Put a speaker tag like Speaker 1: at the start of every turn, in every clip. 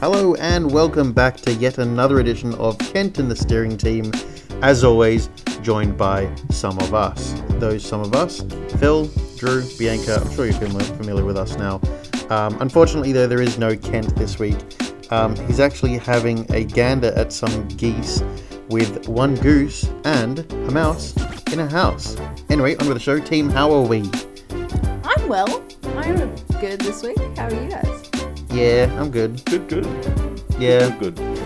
Speaker 1: Hello and welcome back to yet another edition of Kent and the Steering Team. As always, joined by some of us. Those some of us, Phil, Drew, Bianca. I'm sure you're fam- familiar with us now. Um, unfortunately, though, there is no Kent this week. Um, he's actually having a gander at some geese with one goose and a mouse in a house. Anyway, on with the show. Team, how are we?
Speaker 2: I'm well. I'm good this week. How are you guys?
Speaker 1: Yeah, I'm good.
Speaker 3: Good, good.
Speaker 1: Yeah,
Speaker 3: Good, good.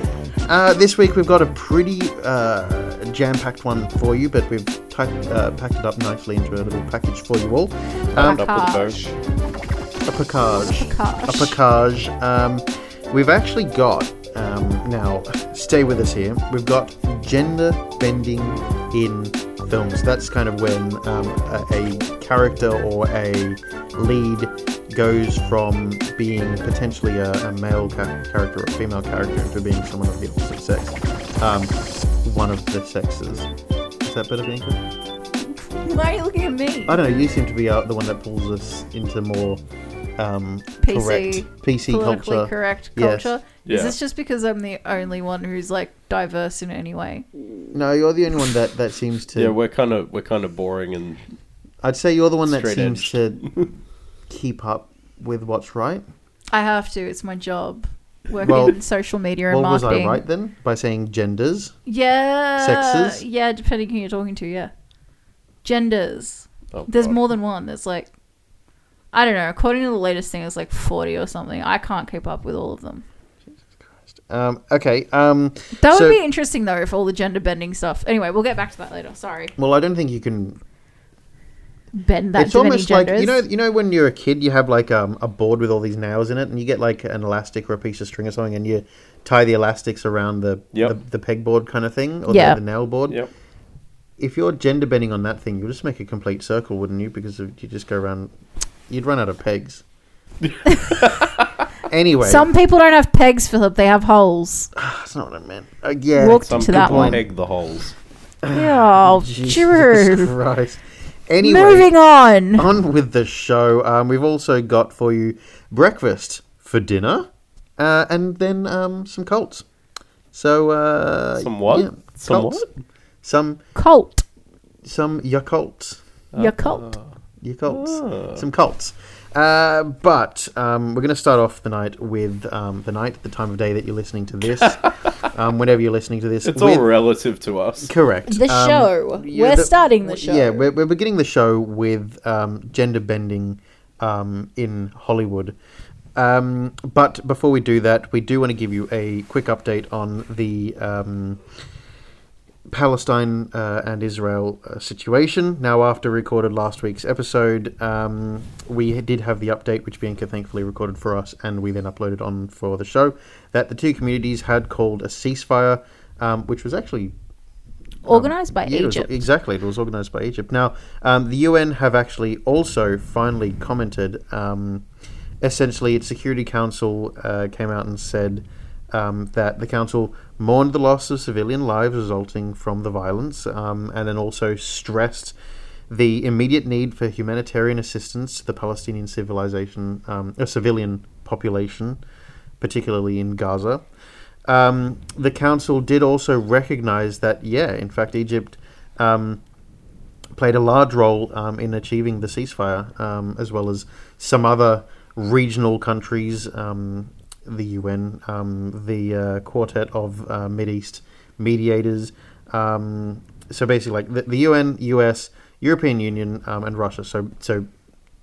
Speaker 1: Uh, this week we've got a pretty uh, jam-packed one for you, but we've pack uh, packed it up nicely into a little package for you all. Um,
Speaker 3: Round up with a bow.
Speaker 1: a package.
Speaker 2: Package.
Speaker 1: A package. Um, we've actually got, um, now, stay with us here, we've got gender bending in films. That's kind of when um, a, a character or a lead goes from being potentially a, a male ca- character or a female character to being someone of the opposite sex. Um, one of the sexes. Is that better, Bianca?
Speaker 2: Why are you looking at me?
Speaker 1: I don't know. You seem to be uh, the one that pulls us into more um,
Speaker 2: PC,
Speaker 1: correct PC
Speaker 2: politically
Speaker 1: culture.
Speaker 2: correct
Speaker 1: Yes.
Speaker 2: culture. Is
Speaker 3: Yeah.
Speaker 2: this just because I'm the only one who's like diverse in any way?
Speaker 1: No, you're the only one that, that seems to.
Speaker 3: Yeah, we're kind of we're kind of boring and
Speaker 1: I'd say you're the one that
Speaker 3: Straight
Speaker 1: seems to keep up with what's right.
Speaker 2: I have to. It's my job. Working
Speaker 1: Well,
Speaker 2: in social media and
Speaker 1: well, was I
Speaker 2: marketing.
Speaker 1: right then by saying genders?
Speaker 2: Yeah.
Speaker 1: Sexes?
Speaker 2: Yeah, depending who you're talking to. Yeah. Genders.
Speaker 3: oh,
Speaker 2: There's
Speaker 3: God.
Speaker 2: more than one. There's like, I don't know. According to the latest thing, it's like 40 or something. I can't keep up with all of them.
Speaker 1: Um, okay. Um,
Speaker 2: That would
Speaker 1: So-
Speaker 2: be interesting though, if all the gender bending stuff. Anyway, we'll get back to that later. Sorry,
Speaker 1: well, I don't think you can.
Speaker 2: bend that
Speaker 1: it's
Speaker 2: to many
Speaker 1: almost like
Speaker 2: genders.
Speaker 1: you know, you know, when you're a kid, you have like um, a board with all these nails in it, and you get like an elastic or a piece of string or something, and you tie the elastics around the
Speaker 3: Yep.
Speaker 1: the, the pegboard kind of thing, or
Speaker 2: Yeah.
Speaker 1: the, the nail board.
Speaker 3: Yep.
Speaker 1: if you're gender bending on that thing, you'll just make a complete circle, wouldn't you? Because of, you just go around, you'd run out of pegs. anyway,
Speaker 2: some people don't have pegs, Philip. They have holes.
Speaker 1: that's not what I meant. Uh, yeah,
Speaker 2: Walked
Speaker 3: Some
Speaker 2: to
Speaker 3: people
Speaker 2: that one.
Speaker 3: peg the holes.
Speaker 2: oh,
Speaker 1: Jesus
Speaker 2: Drew.
Speaker 1: Christ. Anyway, Uh-huh.
Speaker 2: Moving on.
Speaker 1: on with the show. Um, we've also got for you breakfast for dinner, uh, and then um, some colts. So uh,
Speaker 3: Some what?
Speaker 1: yeah,
Speaker 3: Some
Speaker 1: colts.
Speaker 3: what?
Speaker 1: Some
Speaker 2: Cult.
Speaker 1: some yakults.
Speaker 2: Your cult.
Speaker 1: your cults,
Speaker 3: Ah.
Speaker 1: some cults. Uh, but um, we're going to start off the night with um, the night, the time of day that you're listening to this, um, whenever you're listening to this.
Speaker 3: It's
Speaker 1: with-
Speaker 3: all relative to us.
Speaker 1: Correct.
Speaker 2: The
Speaker 1: Um,
Speaker 2: show.
Speaker 1: yeah,
Speaker 2: we're
Speaker 1: the-
Speaker 2: starting the show.
Speaker 1: Yeah, we're, we're beginning the show with um, gender bending um, in Hollywood. Um, but before we do that, we do want to give you a quick update on the um, Palestine uh, and Israel uh, situation. Now, after recorded last week's episode, um, we did have the update, which Bianca thankfully recorded for us, and we then uploaded on for the show, that the two communities had called a ceasefire, um, which was actually
Speaker 2: Organised by
Speaker 1: um, yeah, it was-
Speaker 2: Egypt.
Speaker 1: exactly, it was organised by Egypt. Now, um, the UN have actually also finally commented. Um, essentially, its Security Council uh, came out and said um, that the council mourned the loss of civilian lives resulting from the violence, um, and then also stressed the immediate need for humanitarian assistance to the Palestinian civilization, um, uh, civilian population, particularly in Gaza. Um, the council did also recognize that, yeah, in fact, Egypt um, played a large role um, in achieving the ceasefire, um, as well as some other regional countries, um, the UN, um, the uh, Quartet of uh, Mideast Mediators. Um, so basically, like the, the UN, US, European Union, um, and Russia. So, so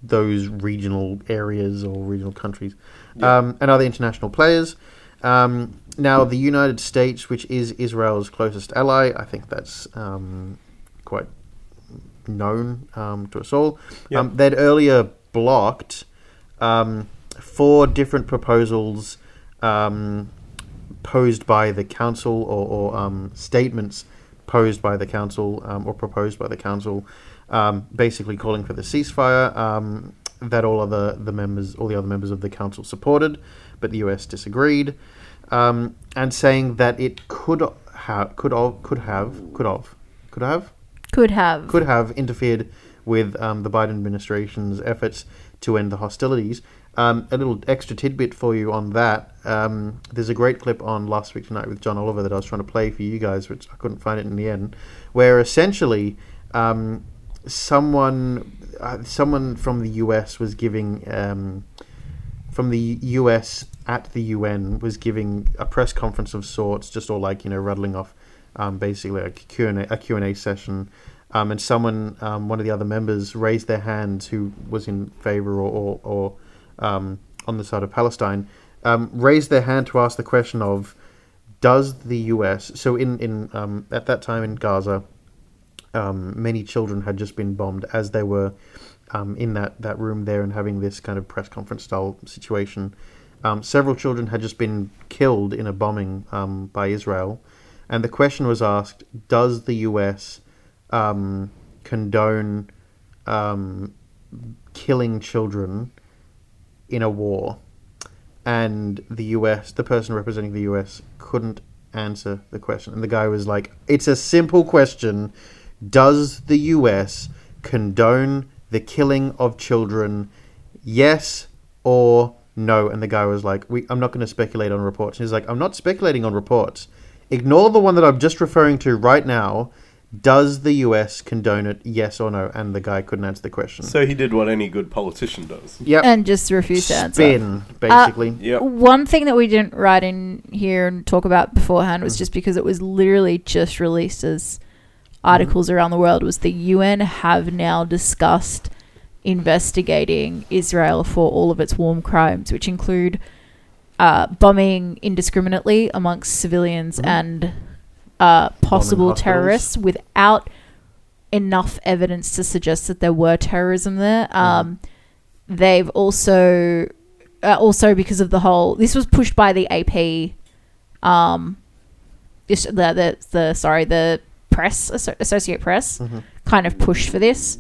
Speaker 1: those regional areas or regional countries um, and other international players. Um, now, the United States, which is Israel's closest ally, I think that's um, quite known um, to us all.
Speaker 3: Yep.
Speaker 1: Um, they'd earlier blocked um, four different proposals um, posed by the council or, or um, statements posed by the council um, or proposed by the council, um, basically calling for the ceasefire um, that all other the members, all the other members of the council supported, but the U.S. disagreed, um, and saying that it could have, could of, could have, could of, could have,
Speaker 2: Could have.
Speaker 1: could have interfered with um, the Biden administration's efforts to end the hostilities. Um, a little extra tidbit for you on that. Um, there's a great clip on Last Week Tonight with John Oliver that I was trying to play for you guys, which I couldn't find it in the end, where essentially um, someone uh, someone from the US was giving um, from the US at the UN was giving a press conference of sorts, just all like you know, rattling off um, basically a Q and A Q&A session. Um, and someone, um, one of the other members, raised their hand who was in favor or, or, or um, on the side of Palestine, um, raised their hand to ask the question of, does the U.S. So in in um, at that time in Gaza, um, many children had just been bombed as they were um, in that, that room there and having this kind of press conference style situation. Um, several children had just been killed in a bombing um, by Israel. And the question was asked Does the US um, condone um, killing children in a war? And the US, the person representing the US, couldn't answer the question. And the guy was like, It's a simple question. Does the US condone the killing of children? Yes or no? And the guy was like, we, I'm not going to speculate on reports. And he's like, I'm not speculating on reports. Ignore the one that I'm just referring to right now. Does the US condone it? Yes or no? And the guy couldn't answer the question.
Speaker 3: So he did what any good politician does.
Speaker 1: yep.
Speaker 2: and just refuse to answer.
Speaker 1: Spin, basically.
Speaker 3: Yep.
Speaker 2: One thing that we didn't write in here and talk about beforehand was just because it was literally just released as articles around the world was the UN have now discussed investigating Israel for all of its war crimes, which include uh, bombing indiscriminately amongst civilians and uh, possible
Speaker 1: hospitals.
Speaker 2: terrorists without enough evidence to suggest that there were terrorism there. Um, They've also uh, also because of the whole this was pushed by the AP um is- the the, the sorry the press asso- associate
Speaker 1: Hmm.
Speaker 2: press kind of pushed for this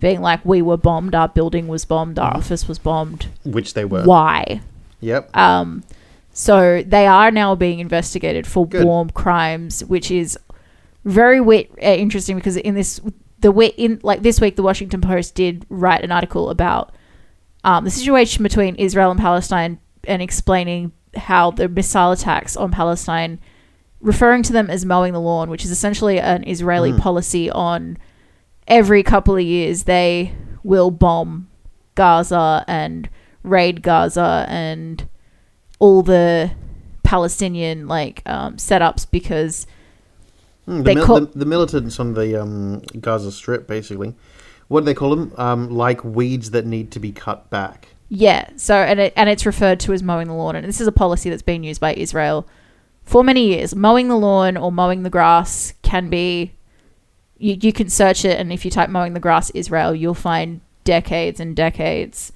Speaker 2: being like we were bombed our building was bombed our office was bombed
Speaker 1: Which they were.
Speaker 2: why
Speaker 1: Yep.
Speaker 2: um so they are now being investigated for
Speaker 1: Good.
Speaker 2: warm crimes which is very wit- uh, interesting because in this the way in like this week the Washington Post did write an article about um, the situation between Israel and Palestine and explaining how the missile attacks on Palestine, referring to them as mowing the lawn, which is essentially an Israeli policy on every couple of years they will bomb Gaza and raid Gaza and all the Palestinian like um, setups because
Speaker 1: Mm,
Speaker 2: they
Speaker 1: the, mil-
Speaker 2: call-
Speaker 1: the, the militants on the um, Gaza Strip, basically. What do they call them? Um, like weeds that need to be cut back.
Speaker 2: Yeah. So and it, and it's referred to as mowing the lawn, and this is a policy that's been used by Israel for many years. Mowing the lawn or mowing the grass can be. You, you can search it, and if you type mowing the grass Israel, you'll find decades and decades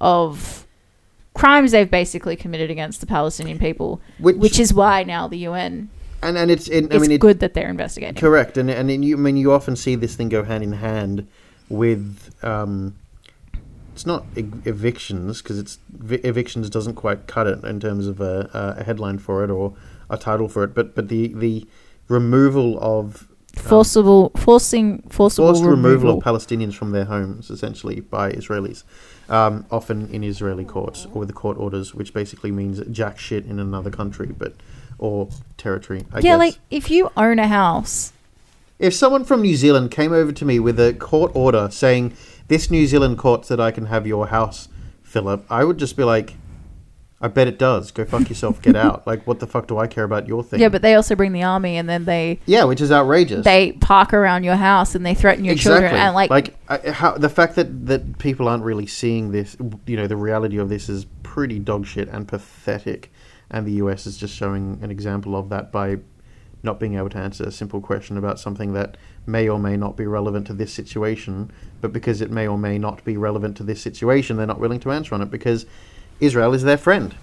Speaker 2: of crimes they've basically committed against the Palestinian people,
Speaker 1: Which,
Speaker 2: which is why now the UN
Speaker 1: and and it's it, I
Speaker 2: it's
Speaker 1: mean it,
Speaker 2: good that they're investigating.
Speaker 1: correct and and you I mean you often see this thing go hand in hand with um, it's not e- evictions because it's vi- evictions doesn't quite cut it in terms of a, a headline for it or a title for it, but but the the removal of
Speaker 2: Forcible, forcing, forcible
Speaker 1: forced removal.
Speaker 2: removal.
Speaker 1: of Palestinians from their homes, essentially by Israelis, um, often in Israeli courts or with the court orders, which basically means jack shit in another country, but or territory. I
Speaker 2: yeah,
Speaker 1: guess.
Speaker 2: like if you own a house
Speaker 1: if someone from New Zealand came over to me with a court order saying this New Zealand court said I can have your house, Philip, I would just be like. I bet it does. Go fuck yourself. Get out. Like, what the fuck do I care about your thing?
Speaker 2: Yeah, but they also bring the army and then they
Speaker 1: yeah, which is outrageous.
Speaker 2: they park around your house and they threaten your children and like,
Speaker 1: I, how, the fact that that people aren't really seeing this you know the reality of this is pretty dog shit and pathetic and the US is just showing an example of that by not being able to answer a simple question about something that may or may not be relevant to this situation but because it may or may not be relevant to this situation they're not willing to answer on it because Israel is their friend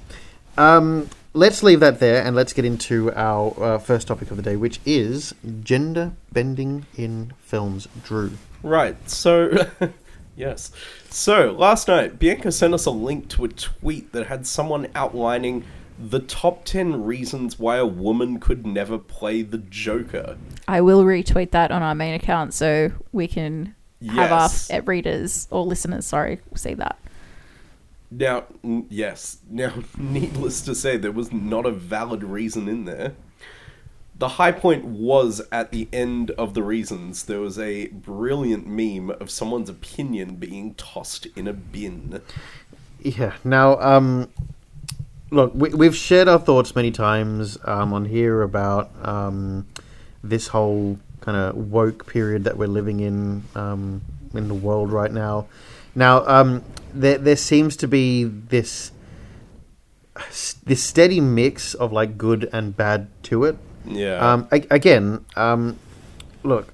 Speaker 1: um, let's leave that there and let's get into our uh, first topic of the day, which is gender bending in films. Drew.
Speaker 3: Right. So, yes. So last night, Bianca sent us a link to a tweet that had someone outlining the top ten reasons why a woman could never play the Joker.
Speaker 2: I will retweet that on our main account so we can have
Speaker 3: Yes.
Speaker 2: our f- readers or listeners, sorry, see that.
Speaker 3: Now, n- yes. Now, needless to say, there was not a valid reason in there. The high point was at the end of the reasons. There was a brilliant meme of someone's opinion being tossed in a bin.
Speaker 1: Yeah. Now, um, look, we, we've shared our thoughts many times um, on here about um, this whole kind of woke period that we're living in um, in the world right now. Now, um, there there seems to be this this steady mix of like good and bad to it.
Speaker 3: Yeah.
Speaker 1: Um, a- again, um, look,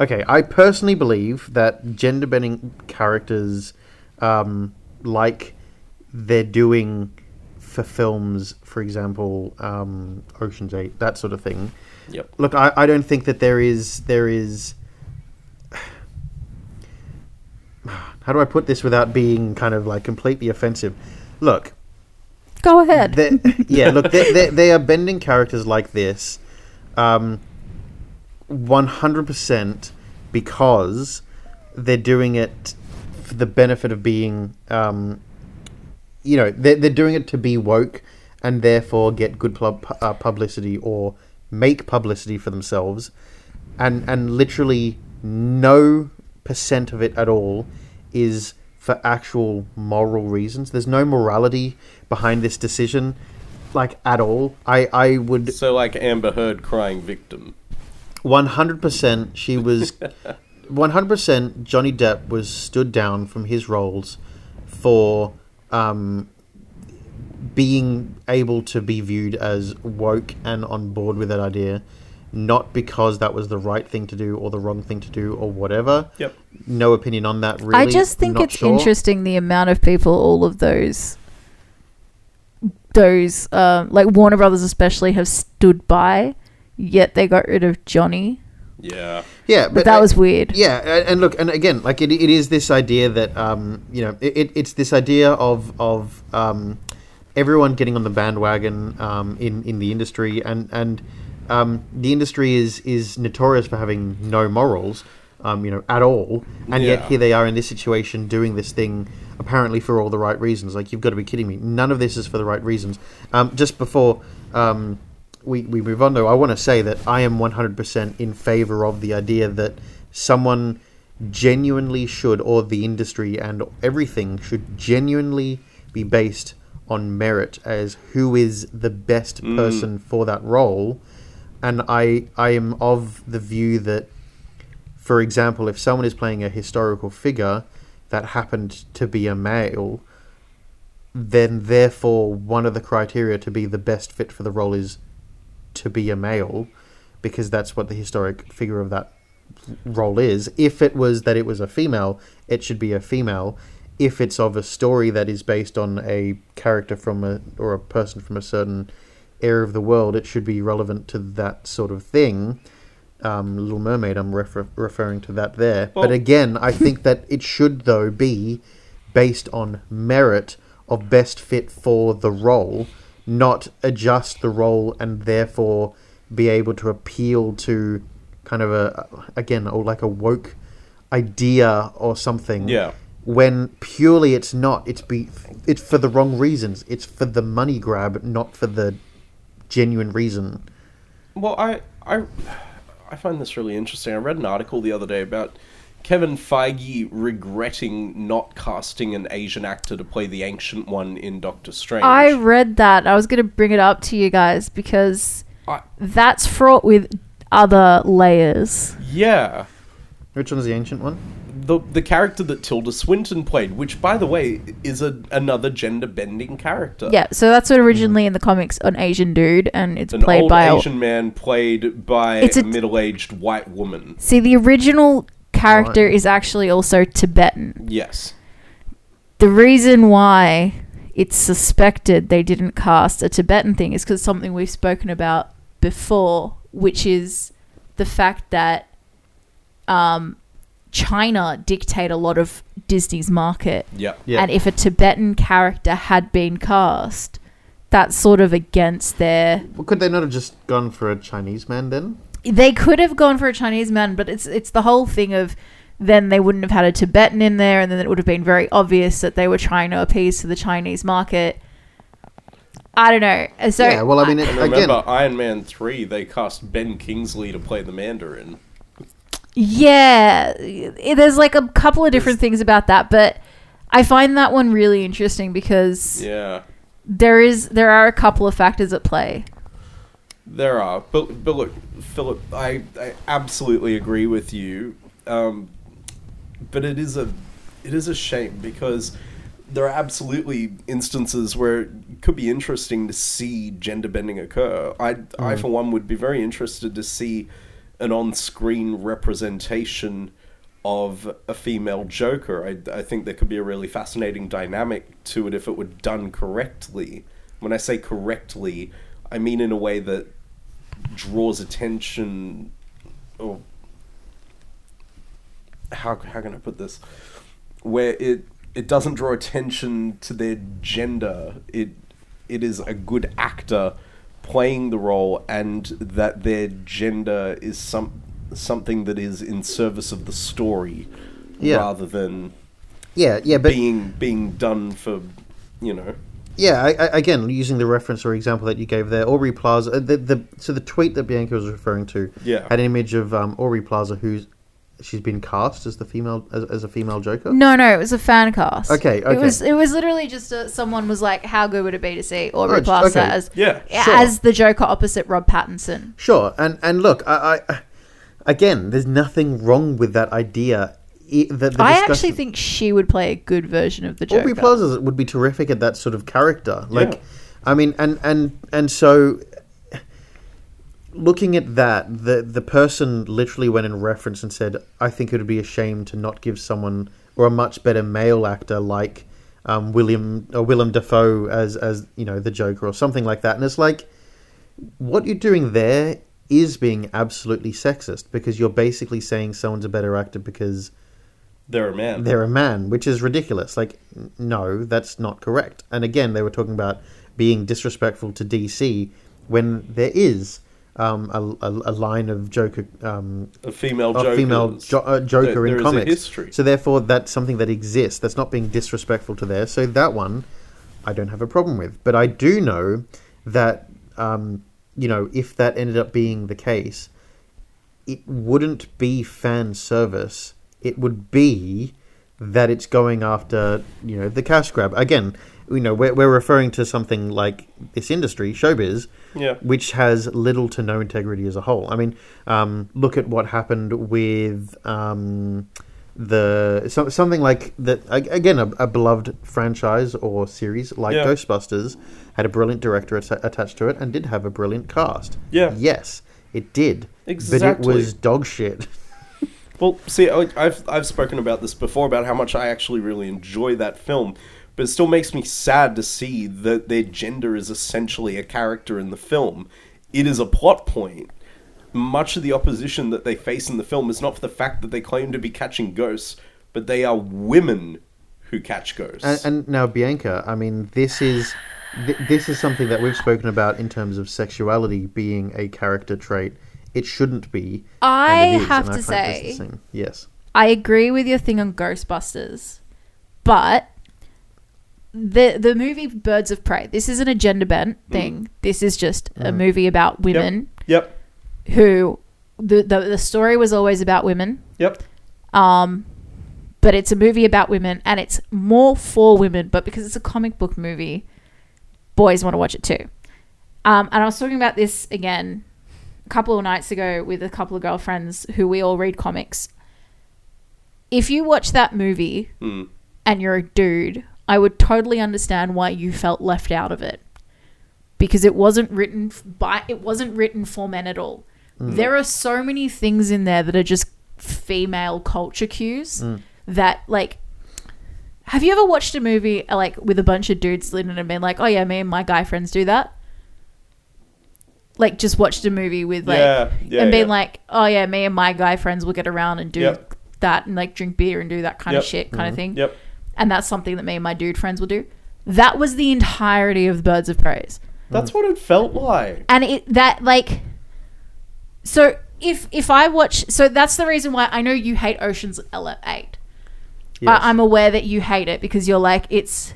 Speaker 1: okay, I personally believe that gender bending characters, um, like they're doing for films, for example, um, Ocean's Eight, that sort of thing.
Speaker 3: yep.
Speaker 1: Look, I, I don't think that there is there is. How do I put this without being kind of like completely offensive? Look,
Speaker 2: Go ahead.
Speaker 1: they- yeah, look, they, they, they are bending characters like this, um, one hundred percent because they're doing it for the benefit of being, um, you know, they're, they're doing it to be woke and therefore get good pub- uh, publicity or make publicity for themselves, and and literally no percent of it at all is for actual moral reasons. There's no morality behind this decision, like at all. I I would
Speaker 3: So, like Amber Heard crying victim.
Speaker 1: one hundred percent. She was one hundred percent. Johnny Depp was stood down from his roles for um, being able to be viewed as woke and on board with that idea, not because that was the right thing to do or the wrong thing to do or whatever.
Speaker 3: Yep.
Speaker 1: No opinion on that. Really,
Speaker 2: I just think
Speaker 1: Not
Speaker 2: it's
Speaker 1: sure.
Speaker 2: interesting the amount of people all of those those um, like Warner Brothers especially have stood by, yet they got rid of Johnny.
Speaker 3: Yeah.
Speaker 1: Yeah,
Speaker 2: But, that
Speaker 1: I-
Speaker 2: was weird.
Speaker 1: Yeah, a- and look, and again, like it, it is this idea that um, you know, it, it, it's this idea of of um, everyone getting on the bandwagon um, in in the industry, and and um, the industry is is notorious for having no morals, um, you know, at all, and
Speaker 3: Yeah.
Speaker 1: yet here they are in this situation doing this thing apparently for all the right reasons. Like you've got to be kidding me! None of this is for the right reasons. Um, just before. Um, we, we move on though. I want to say that I am 100% in favor of the idea that someone genuinely should, or the industry and everything should genuinely be based on merit as who is the best person for that role. And I, I am of the view that for example, if someone is playing a historical figure that happened to be a male, then therefore one of the criteria to be the best fit for the role is to be a male, because that's what the historic figure of that role is. If it was that it was a female, it should be a female. If it's of a story that is based on a character from a or a person from a certain era of the world, it should be relevant to that sort of thing um, Little Mermaid, I'm refer- referring to that there.
Speaker 3: Well-
Speaker 1: but again, I think that it should, though, be based on merit of best fit for the role, not adjust the role and therefore be able to appeal to kind of a, again, or like a woke idea or something
Speaker 3: Yeah.
Speaker 1: when purely it's not it's be it's for the wrong reasons it's for the money grab not for the genuine reason
Speaker 3: Well, I, I, I find this really interesting. I read an article the other day about Kevin Feige regretting not casting an Asian actor to play the ancient one in Doctor Strange.
Speaker 2: I read that. I was going to bring it up to you guys because
Speaker 3: I-
Speaker 2: that's fraught with other layers.
Speaker 3: yeah.
Speaker 1: which one's the ancient one
Speaker 3: The, the character that Tilda Swinton played, which, by the way, is a, another gender bending character.
Speaker 2: Yeah, so that's what originally in the comics an Asian dude, and it's
Speaker 3: An
Speaker 2: played
Speaker 3: old
Speaker 2: by a-
Speaker 3: Asian man played by
Speaker 2: It's a-
Speaker 3: a middle aged white woman.
Speaker 2: See, the original character
Speaker 1: Right.
Speaker 2: is actually also Tibetan.
Speaker 3: Yes.
Speaker 2: the reason why it's suspected they didn't cast a Tibetan thing is because something we've spoken about before, which is the fact that um, China dictate a lot of Disney's market,
Speaker 3: Yep.
Speaker 1: Yeah.
Speaker 2: and if a Tibetan character had been cast, that's sort of against their.
Speaker 1: Well, could they not have just gone for a Chinese man then?
Speaker 2: They could have gone for a Chinese man, but it's it's the whole thing of then they wouldn't have had a Tibetan in there, and then it would have been very obvious that they were trying to appease to the Chinese market. I don't know. Uh, So
Speaker 1: yeah, well, I mean, it,
Speaker 3: And
Speaker 1: again,
Speaker 3: remember, Iron Man 3, they cast Ben Kingsley to play the Mandarin.
Speaker 2: Yeah, i- there's like a couple of different things about that, but I find that one really interesting because
Speaker 3: Yeah,
Speaker 2: there is there are a couple of factors at play.
Speaker 3: there are. But, but look, Philip, I, I absolutely agree with you. Um, but it is a it is a shame because there are absolutely instances where it could be interesting to see gender bending occur. I, I for one would be very interested to see an on-screen representation of a female Joker. I, I think there could be a really fascinating dynamic to it if it were done correctly. When I say correctly, I mean in a way that draws attention or Oh. how how can I put this? Where it it doesn't draw attention to their gender. It it is a good actor playing the role, and that their gender is some something that is in service of the story,
Speaker 1: Yeah.
Speaker 3: rather than
Speaker 1: yeah, yeah, but
Speaker 3: being being done for you know.
Speaker 1: yeah, I, I, again, using the reference or example that you gave there, Aubrey Plaza. uh, The, the so the tweet that Bianca was referring to
Speaker 3: Yeah.
Speaker 1: had an image of um, Aubrey Plaza, who's she's been cast as the female as, as a female Joker.
Speaker 2: No, no, it was a fan cast.
Speaker 1: Okay, okay.
Speaker 2: It was it was literally just a, someone was like, "How good would it be to see Aubrey
Speaker 1: Oh, j-
Speaker 2: Plaza
Speaker 1: okay.
Speaker 2: as
Speaker 3: Yeah,
Speaker 1: sure.
Speaker 2: as the Joker opposite Rob Pattinson?"
Speaker 1: Sure, and and look, I, I again, there's nothing wrong with that idea. I, that the
Speaker 2: I actually
Speaker 1: discussion-
Speaker 2: think she would play a good version of the Joker.
Speaker 1: Aubrey Plaza would be terrific at that sort of character. Like,
Speaker 3: Yeah.
Speaker 1: I mean, and and and so looking at that, the the person literally went in reference and said, "I think it would be a shame to not give someone or a much better male actor like um, William or Willem Dafoe as as you know the Joker or something like that." And it's like what you're doing there is being absolutely sexist because you're basically saying someone's a better actor because
Speaker 3: they're a man.
Speaker 1: they're a man, which is ridiculous. Like, n- no, that's not correct. And again, they were talking about being disrespectful to DC when there is um, a, a, a line of Joker, um,
Speaker 3: a female
Speaker 1: of
Speaker 3: Joker.
Speaker 1: female jo- uh, Joker
Speaker 3: there
Speaker 1: in
Speaker 3: is a
Speaker 1: comics.
Speaker 3: history.
Speaker 1: So therefore, that's something that exists. That's not being disrespectful to there. So that one, I don't have a problem with. But I do know that um, you know if that ended up being the case, it wouldn't be fan service. It would be that it's going after you know the cash grab again. You know, we're, we're referring to something like this industry, showbiz,
Speaker 3: Yeah.
Speaker 1: which has little to no integrity as a whole. I mean, um, look at what happened with um, the so, something like that. a- Again, a, a beloved franchise or series like
Speaker 3: Yeah.
Speaker 1: Ghostbusters had a brilliant director atta- attached to it and did have a brilliant cast.
Speaker 3: Yeah.
Speaker 1: Yes, it did. But it
Speaker 3: Exactly.
Speaker 1: was dog shit.
Speaker 3: Well, see, I- I've I've spoken about this before about how much I actually really enjoy that film, but it still makes me sad to see that their gender is essentially a character in the film. It is a plot point. Much of the opposition that they face in the film is not for the fact that they claim to be catching ghosts, but they are women who catch ghosts.
Speaker 1: And, and now Bianca, I mean, this is th- this is something that we've spoken about in terms of sexuality being a character trait. It shouldn't be. and
Speaker 2: I
Speaker 1: it is,
Speaker 2: have
Speaker 1: and
Speaker 2: to
Speaker 1: find this the
Speaker 2: say-
Speaker 1: same. yes,
Speaker 2: I agree with your thing on Ghostbusters, but the the movie Birds of Prey. This isn't a gender bent thing. This is just
Speaker 1: Mm.
Speaker 2: a movie about
Speaker 3: Mm. Yep.
Speaker 2: women
Speaker 3: Yep.
Speaker 2: who the, the the story was always about women,
Speaker 3: Yep.
Speaker 2: Um, but it's a movie about women and it's more for women. But because it's a comic book movie, boys want to watch it too. Um, and I was talking about this again a couple of nights ago with a couple of girlfriends who we all read comics. If you watch that movie
Speaker 3: Mm.
Speaker 2: and you're a dude, I would totally understand why you felt left out of it. Because it wasn't written f- by it wasn't written for men at all. There are so many things in there that are just female culture cues that like have you ever watched a movie uh, like with a bunch of dudes in it and been like, "Oh yeah, me and my guy friends do that"? Like just watched a movie with like
Speaker 3: Yeah, yeah,
Speaker 2: and being
Speaker 3: yeah.
Speaker 2: like, "Oh yeah, me and my guy friends will get around and do
Speaker 3: Yep.
Speaker 2: that and like drink beer and do that kind
Speaker 3: Yep. Mm-hmm.
Speaker 2: of shit kind of thing."
Speaker 3: Yep.
Speaker 2: and that's something that me and my dude friends will do. That was the entirety of Birds of Prey,
Speaker 3: That's what it felt like.
Speaker 2: and it that like so if if I watch, so that's the reason why I know you hate Ocean's Ele- Eight.
Speaker 1: Yes.
Speaker 2: I, I'm aware that you hate it because you're like it's,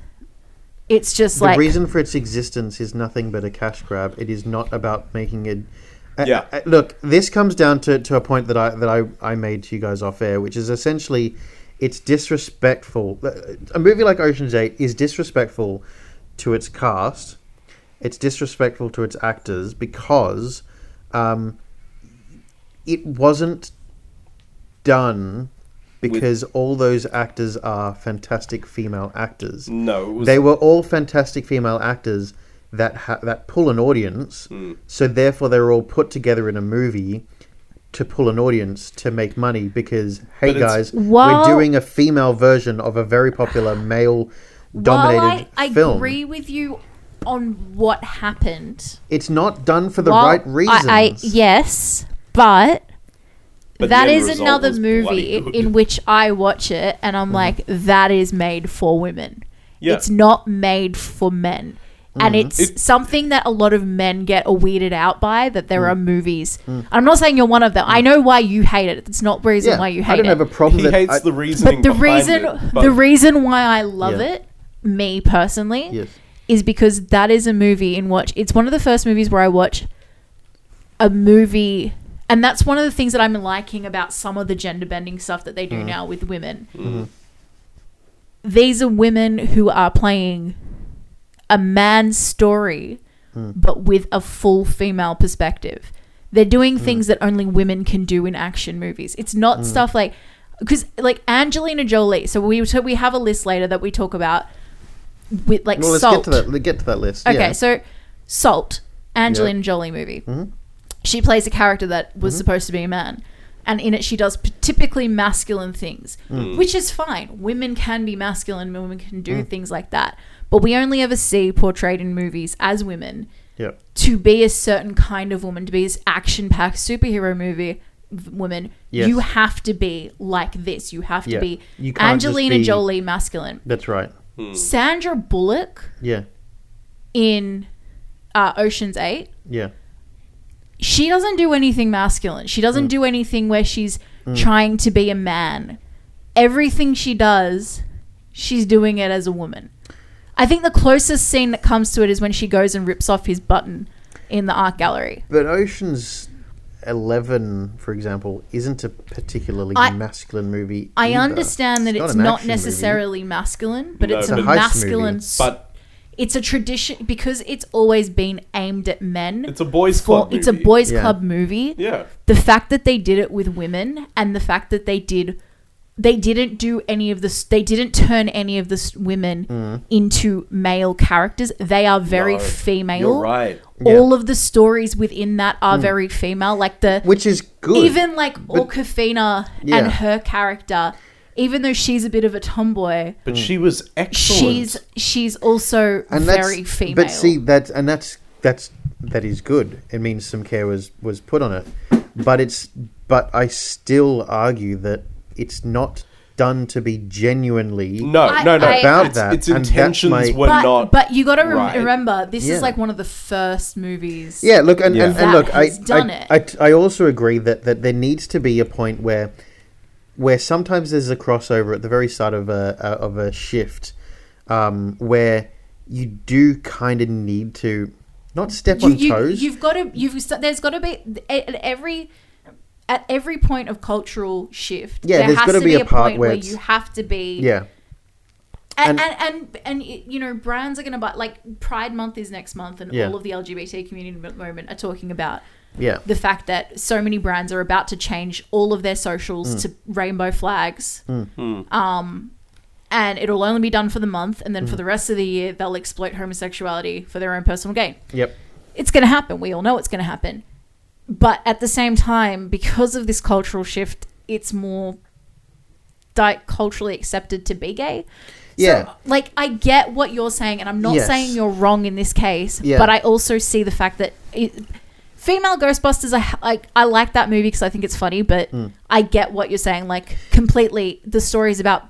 Speaker 2: it's just
Speaker 1: the
Speaker 2: like
Speaker 1: reason for its existence is nothing but a cash grab. It is not about making it. I-
Speaker 3: Yeah.
Speaker 1: I- look, this comes down to, to a point that I that I, I made to you guys off air, which is essentially, it's disrespectful. Uh, A movie like Ocean's Eight is disrespectful to its cast. It's disrespectful to its actors because um, it wasn't done because all those actors are fantastic female actors
Speaker 3: No, it was
Speaker 1: they were all fantastic female actors that ha- that pull an audience.
Speaker 3: Hmm.
Speaker 1: So therefore, they were all put together in a movie to pull an audience to make money. Because hey,
Speaker 3: But it's-
Speaker 1: guys,
Speaker 2: While-
Speaker 1: we're doing a female version of a very popular male
Speaker 2: while
Speaker 1: dominated
Speaker 2: I
Speaker 1: film.
Speaker 2: agree with you on what happened,
Speaker 1: It's not done for the
Speaker 2: while
Speaker 1: right reasons.
Speaker 2: I, I yes, but.
Speaker 3: But
Speaker 2: that
Speaker 3: the end
Speaker 2: is
Speaker 3: result
Speaker 2: another
Speaker 3: was bloody
Speaker 2: movie
Speaker 3: good. Mm-hmm.
Speaker 2: in which I watch it and I'm like, that is made for women.
Speaker 3: Yeah. Mm-hmm.
Speaker 2: It's not made for men. And it's
Speaker 3: It-
Speaker 2: something that a lot of men get weirded out by that
Speaker 3: Mm.
Speaker 2: there are movies. I'm not saying you're one of them. I know why you hate it. It's not reason
Speaker 1: yeah,
Speaker 2: why you
Speaker 1: I
Speaker 2: hate
Speaker 1: don't
Speaker 2: it.
Speaker 1: have a problem.
Speaker 3: he
Speaker 1: that
Speaker 3: hates
Speaker 1: I-
Speaker 3: the reasoning.
Speaker 2: but the
Speaker 3: behind
Speaker 2: reason
Speaker 3: it, but
Speaker 2: the reason why I love
Speaker 1: Yeah.
Speaker 2: it, me personally,
Speaker 1: Yes.
Speaker 2: is because that is a movie in which it's one of the first movies where I watch a movie and that's one of the things that I'm liking about some of the gender bending stuff that they do
Speaker 1: Mm-hmm.
Speaker 2: now with women. These are women who are playing a man's story
Speaker 1: Hmm.
Speaker 2: but with a full female perspective. They're doing
Speaker 1: Hmm.
Speaker 2: things that only women can do in action movies. It's not stuff like because like Angelina Jolie. So we we have a list later that we talk about with like
Speaker 1: well, let's
Speaker 2: Salt.
Speaker 1: get to that. Let's get to that list.
Speaker 2: Okay,
Speaker 1: yeah. Mm-hmm.
Speaker 2: so Salt, Angelina Jolie movie. She plays a character that was supposed to be a man, and in it she does p- typically masculine things,
Speaker 1: Mm.
Speaker 2: which is fine. Women can be masculine, women can do things like that, but we only ever see portrayed in movies as women
Speaker 1: yeah.
Speaker 2: to be a certain kind of woman, to be this action packed superhero movie v- woman,
Speaker 1: Yes.
Speaker 2: you have to be like this. You have to
Speaker 1: Yeah.
Speaker 2: be
Speaker 1: You can't just
Speaker 2: Angelina
Speaker 1: be- Mm.
Speaker 2: Jolie masculine.
Speaker 1: That's right.
Speaker 2: Sandra Bullock
Speaker 1: Yeah.
Speaker 2: in uh, Ocean's Eight,
Speaker 1: Yeah.
Speaker 2: she doesn't do anything masculine. She
Speaker 1: Mm.
Speaker 2: doesn't do anything where she's trying to be a man. Everything she does, she's doing it as a woman. I think the closest scene that comes to it is when she goes and rips off his button in the art gallery.
Speaker 1: But Ocean's Eleven, for example, isn't a particularly
Speaker 2: I-
Speaker 1: masculine movie.
Speaker 2: I
Speaker 1: either.
Speaker 2: understand that it's,
Speaker 1: an
Speaker 2: not
Speaker 1: action movie.
Speaker 2: necessarily masculine, but
Speaker 3: No,
Speaker 2: it's
Speaker 3: but-
Speaker 2: a
Speaker 1: It's a heist
Speaker 2: masculine.
Speaker 1: movie.
Speaker 2: s-
Speaker 3: but
Speaker 2: it's a tradition because it's always been aimed at men.
Speaker 3: it's a boys'
Speaker 2: for-
Speaker 3: club.
Speaker 2: it's a
Speaker 3: movie.
Speaker 2: boys'
Speaker 1: Yeah.
Speaker 2: club movie.
Speaker 3: Yeah,
Speaker 2: The fact that they did it with women and the fact that they did they didn't do any of this they didn't turn any of this women
Speaker 1: Mm.
Speaker 2: into male characters they are very
Speaker 3: No,
Speaker 2: female
Speaker 3: you're right.
Speaker 1: Yeah. Mm.
Speaker 2: all of the stories within that are very female like the
Speaker 1: Which is good.
Speaker 2: even like Orkafina
Speaker 1: Yeah.
Speaker 2: and her character, even though she's a bit of a tomboy,
Speaker 3: But she was excellent.
Speaker 2: she's she's also
Speaker 1: and that's-
Speaker 2: very female.
Speaker 1: But see that, and that's that's that is good. It means some care was was put on it. But it's but I still argue that it's not done to be genuinely.
Speaker 3: no,
Speaker 2: I-
Speaker 3: no, no.
Speaker 2: I-
Speaker 1: About
Speaker 3: its,
Speaker 1: that,
Speaker 3: its
Speaker 1: and that's
Speaker 3: intentions
Speaker 1: my-
Speaker 3: were
Speaker 2: but,
Speaker 3: not.
Speaker 2: but you got to rem-
Speaker 3: right.
Speaker 2: remember this
Speaker 1: Yeah.
Speaker 2: is like one of the first movies.
Speaker 1: Yeah, look, and,
Speaker 3: Yeah.
Speaker 1: and,
Speaker 2: That
Speaker 1: and look, I,
Speaker 2: has done
Speaker 1: I,
Speaker 2: it.
Speaker 1: I t- I also agree that, that there needs to be a point where where sometimes there's a crossover at the very start of a, a of a shift um, where you do kind of need to not step
Speaker 2: you,
Speaker 1: on toes.
Speaker 2: have got to you've st- there's got to be at at every at every point of cultural shift.
Speaker 1: Yeah,
Speaker 2: there
Speaker 1: there's
Speaker 2: has
Speaker 1: gotta
Speaker 2: to
Speaker 1: be
Speaker 2: be
Speaker 1: a
Speaker 2: a
Speaker 1: part
Speaker 2: point
Speaker 1: where
Speaker 2: where
Speaker 1: it's-
Speaker 2: you have to be
Speaker 1: yeah,
Speaker 2: and
Speaker 1: And-
Speaker 2: and, and, and, y you know brands are going to buy like pride month is next month and
Speaker 1: Yeah.
Speaker 2: all of the lgbt community at the moment are talking about
Speaker 1: yeah,
Speaker 2: the fact that so many brands are about to change all of their
Speaker 1: Mm.
Speaker 2: socials to rainbow flags um and it'll only be done for the month and
Speaker 1: Mm.
Speaker 2: then for the rest of the year they'll exploit homosexuality for their own personal gain
Speaker 1: yep,
Speaker 2: it's going to happen. We all know it's going to happen. But at the same time, because of this cultural shift, it's more like culturally accepted to be gay.
Speaker 1: Yeah.
Speaker 2: So, like I get what you're saying, and I'm not
Speaker 1: Yes.
Speaker 2: saying you're wrong in this case.
Speaker 1: Yeah.
Speaker 2: But I also see the fact that it, female Ghostbusters, I like. I like that movie because I think it's funny. But
Speaker 1: Mm.
Speaker 2: I get what you're saying. Like completely, the story's about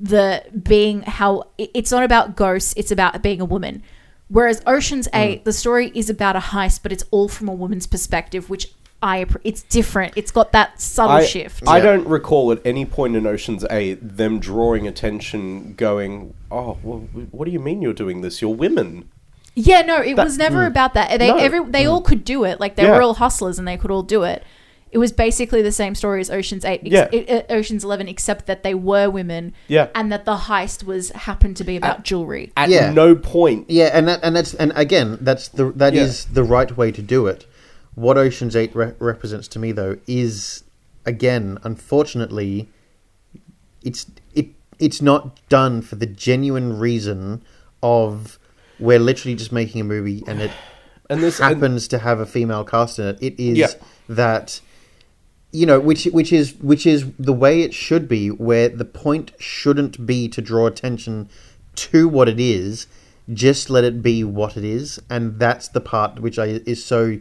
Speaker 2: the being how it- it's not about ghosts. It's about being a woman.
Speaker 1: Mm.
Speaker 2: Whereas Ocean's Eight, the story is about a heist, but it's all from a woman's perspective, which I appre- it's different. It's got that subtle
Speaker 3: I,
Speaker 2: shift.
Speaker 3: I
Speaker 1: Yeah.
Speaker 3: don't recall at any point in Ocean's Eight them drawing attention, going, "Oh, well, what do you mean you're doing this? You're women."
Speaker 2: yeah, no, it
Speaker 3: That-
Speaker 2: was never
Speaker 1: mm.
Speaker 2: about that. They
Speaker 3: No.
Speaker 2: every they all could do it. Like they
Speaker 3: Yeah.
Speaker 2: were all hustlers and they could all do it. It was basically the same story as Ocean's Eight, ex-
Speaker 3: Yeah.
Speaker 2: i- i- Ocean's Eleven, except that they were women.
Speaker 3: Yeah.
Speaker 2: and that the heist was happened to be about jewelry.
Speaker 3: At
Speaker 1: Yeah.
Speaker 3: no point.
Speaker 1: Yeah, and that and that's and again, that's the that is
Speaker 3: Yeah.
Speaker 1: the right way to do it. What Ocean's Eight re- represents to me, though, is again, unfortunately, it's it it's not done for the genuine reason of we're literally just making a movie and it
Speaker 3: And this and-
Speaker 1: happens to have a female cast in it. It is
Speaker 3: Yeah.
Speaker 1: that you know, which which is which is the way it should be, where the point shouldn't be to draw attention to what it is. Just let it be what it is, and that's the part which I is so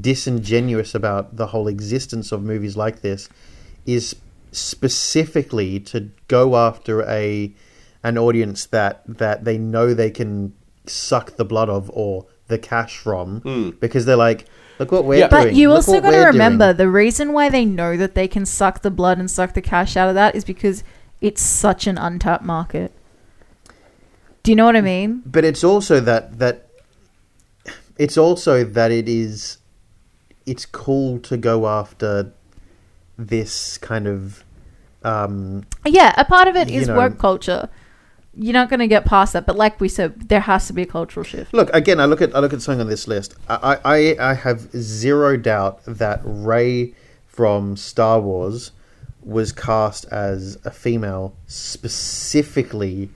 Speaker 1: disingenuous about the whole existence of movies like this is specifically to go after a an audience that that they know they can suck the blood of or the cash from because they're like look what we're
Speaker 3: Yeah.
Speaker 2: But
Speaker 1: doing
Speaker 2: you
Speaker 1: look
Speaker 2: also
Speaker 1: what
Speaker 2: got to
Speaker 1: we're doing."
Speaker 2: remember the reason why they know that they can suck the blood and suck the cash out of that is because it's such an untapped market. Do you know what I mean?
Speaker 1: but it's also that that it's also that it is it's cool to go after this kind of um
Speaker 2: Yeah, a part of it
Speaker 1: You
Speaker 2: is
Speaker 1: know.
Speaker 2: woke culture. You're not going to get past that, but like we said, there has to be a cultural shift.
Speaker 1: look again i look at i look at something on this list i i i I have zero doubt that ray from star wars was cast as a female specifically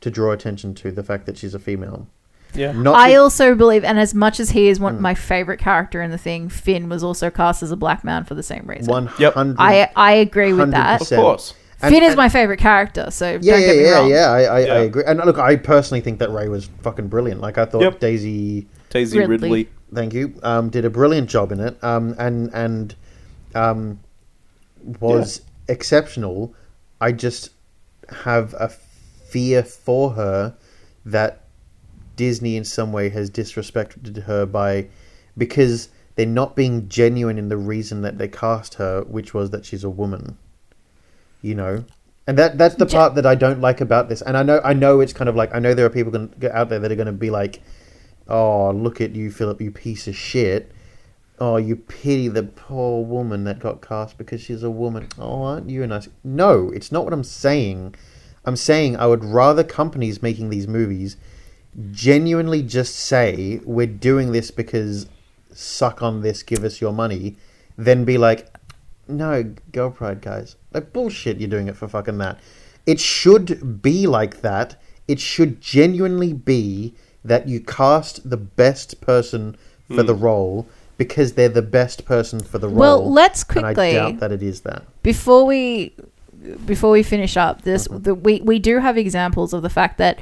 Speaker 1: to draw attention to the fact that she's a female
Speaker 3: yeah.
Speaker 1: not Hmm.
Speaker 2: I also believe, and as much as he is one my favorite character in the thing, Finn was also cast as a black man for the same reason.
Speaker 1: 100
Speaker 3: Yep.
Speaker 2: I I agree with that.
Speaker 3: Of course.
Speaker 2: Finn is my favorite character, so
Speaker 1: yeah,
Speaker 2: don't
Speaker 1: yeah,
Speaker 2: get me
Speaker 1: yeah,
Speaker 2: wrong.
Speaker 1: yeah. I, I, I
Speaker 3: Yeah.
Speaker 1: agree. And look, I personally think that Ray was fucking brilliant. Like I thought
Speaker 3: Yep.
Speaker 1: Daisy,
Speaker 3: Daisy
Speaker 2: Ridley.
Speaker 3: Ridley.
Speaker 1: thank you, um, did a brilliant job in it. Um, and and um, was exceptional. I just have a fear for her that Disney in some way has disrespected her by because they're not being genuine in the reason that they cast her, which was that she's a woman. You know, and that that's the
Speaker 2: Ge-
Speaker 1: part that I don't like about this. And I know I know it's kind of like I know there are people gon- go- out there that are going to be like, "Oh, look at you, Philip, you piece of shit." Oh, you pity the poor woman that got cast because she's a woman. Oh, aren't you a nice? No, it's not what I'm saying. I'm saying I would rather companies making these movies genuinely just say we're doing this because suck on this, give us your money, then be like, no, girl pride, guys. Like bullshit, you're doing it for fucking that. It should be like that. It should genuinely be that you cast the best person for the role because they're the best person for the role.
Speaker 2: Well, let's
Speaker 1: And I
Speaker 2: quickly-
Speaker 1: doubt that it is that.
Speaker 2: before we before we finish up this
Speaker 1: Uh-huh.
Speaker 2: the, we we do have examples of the fact that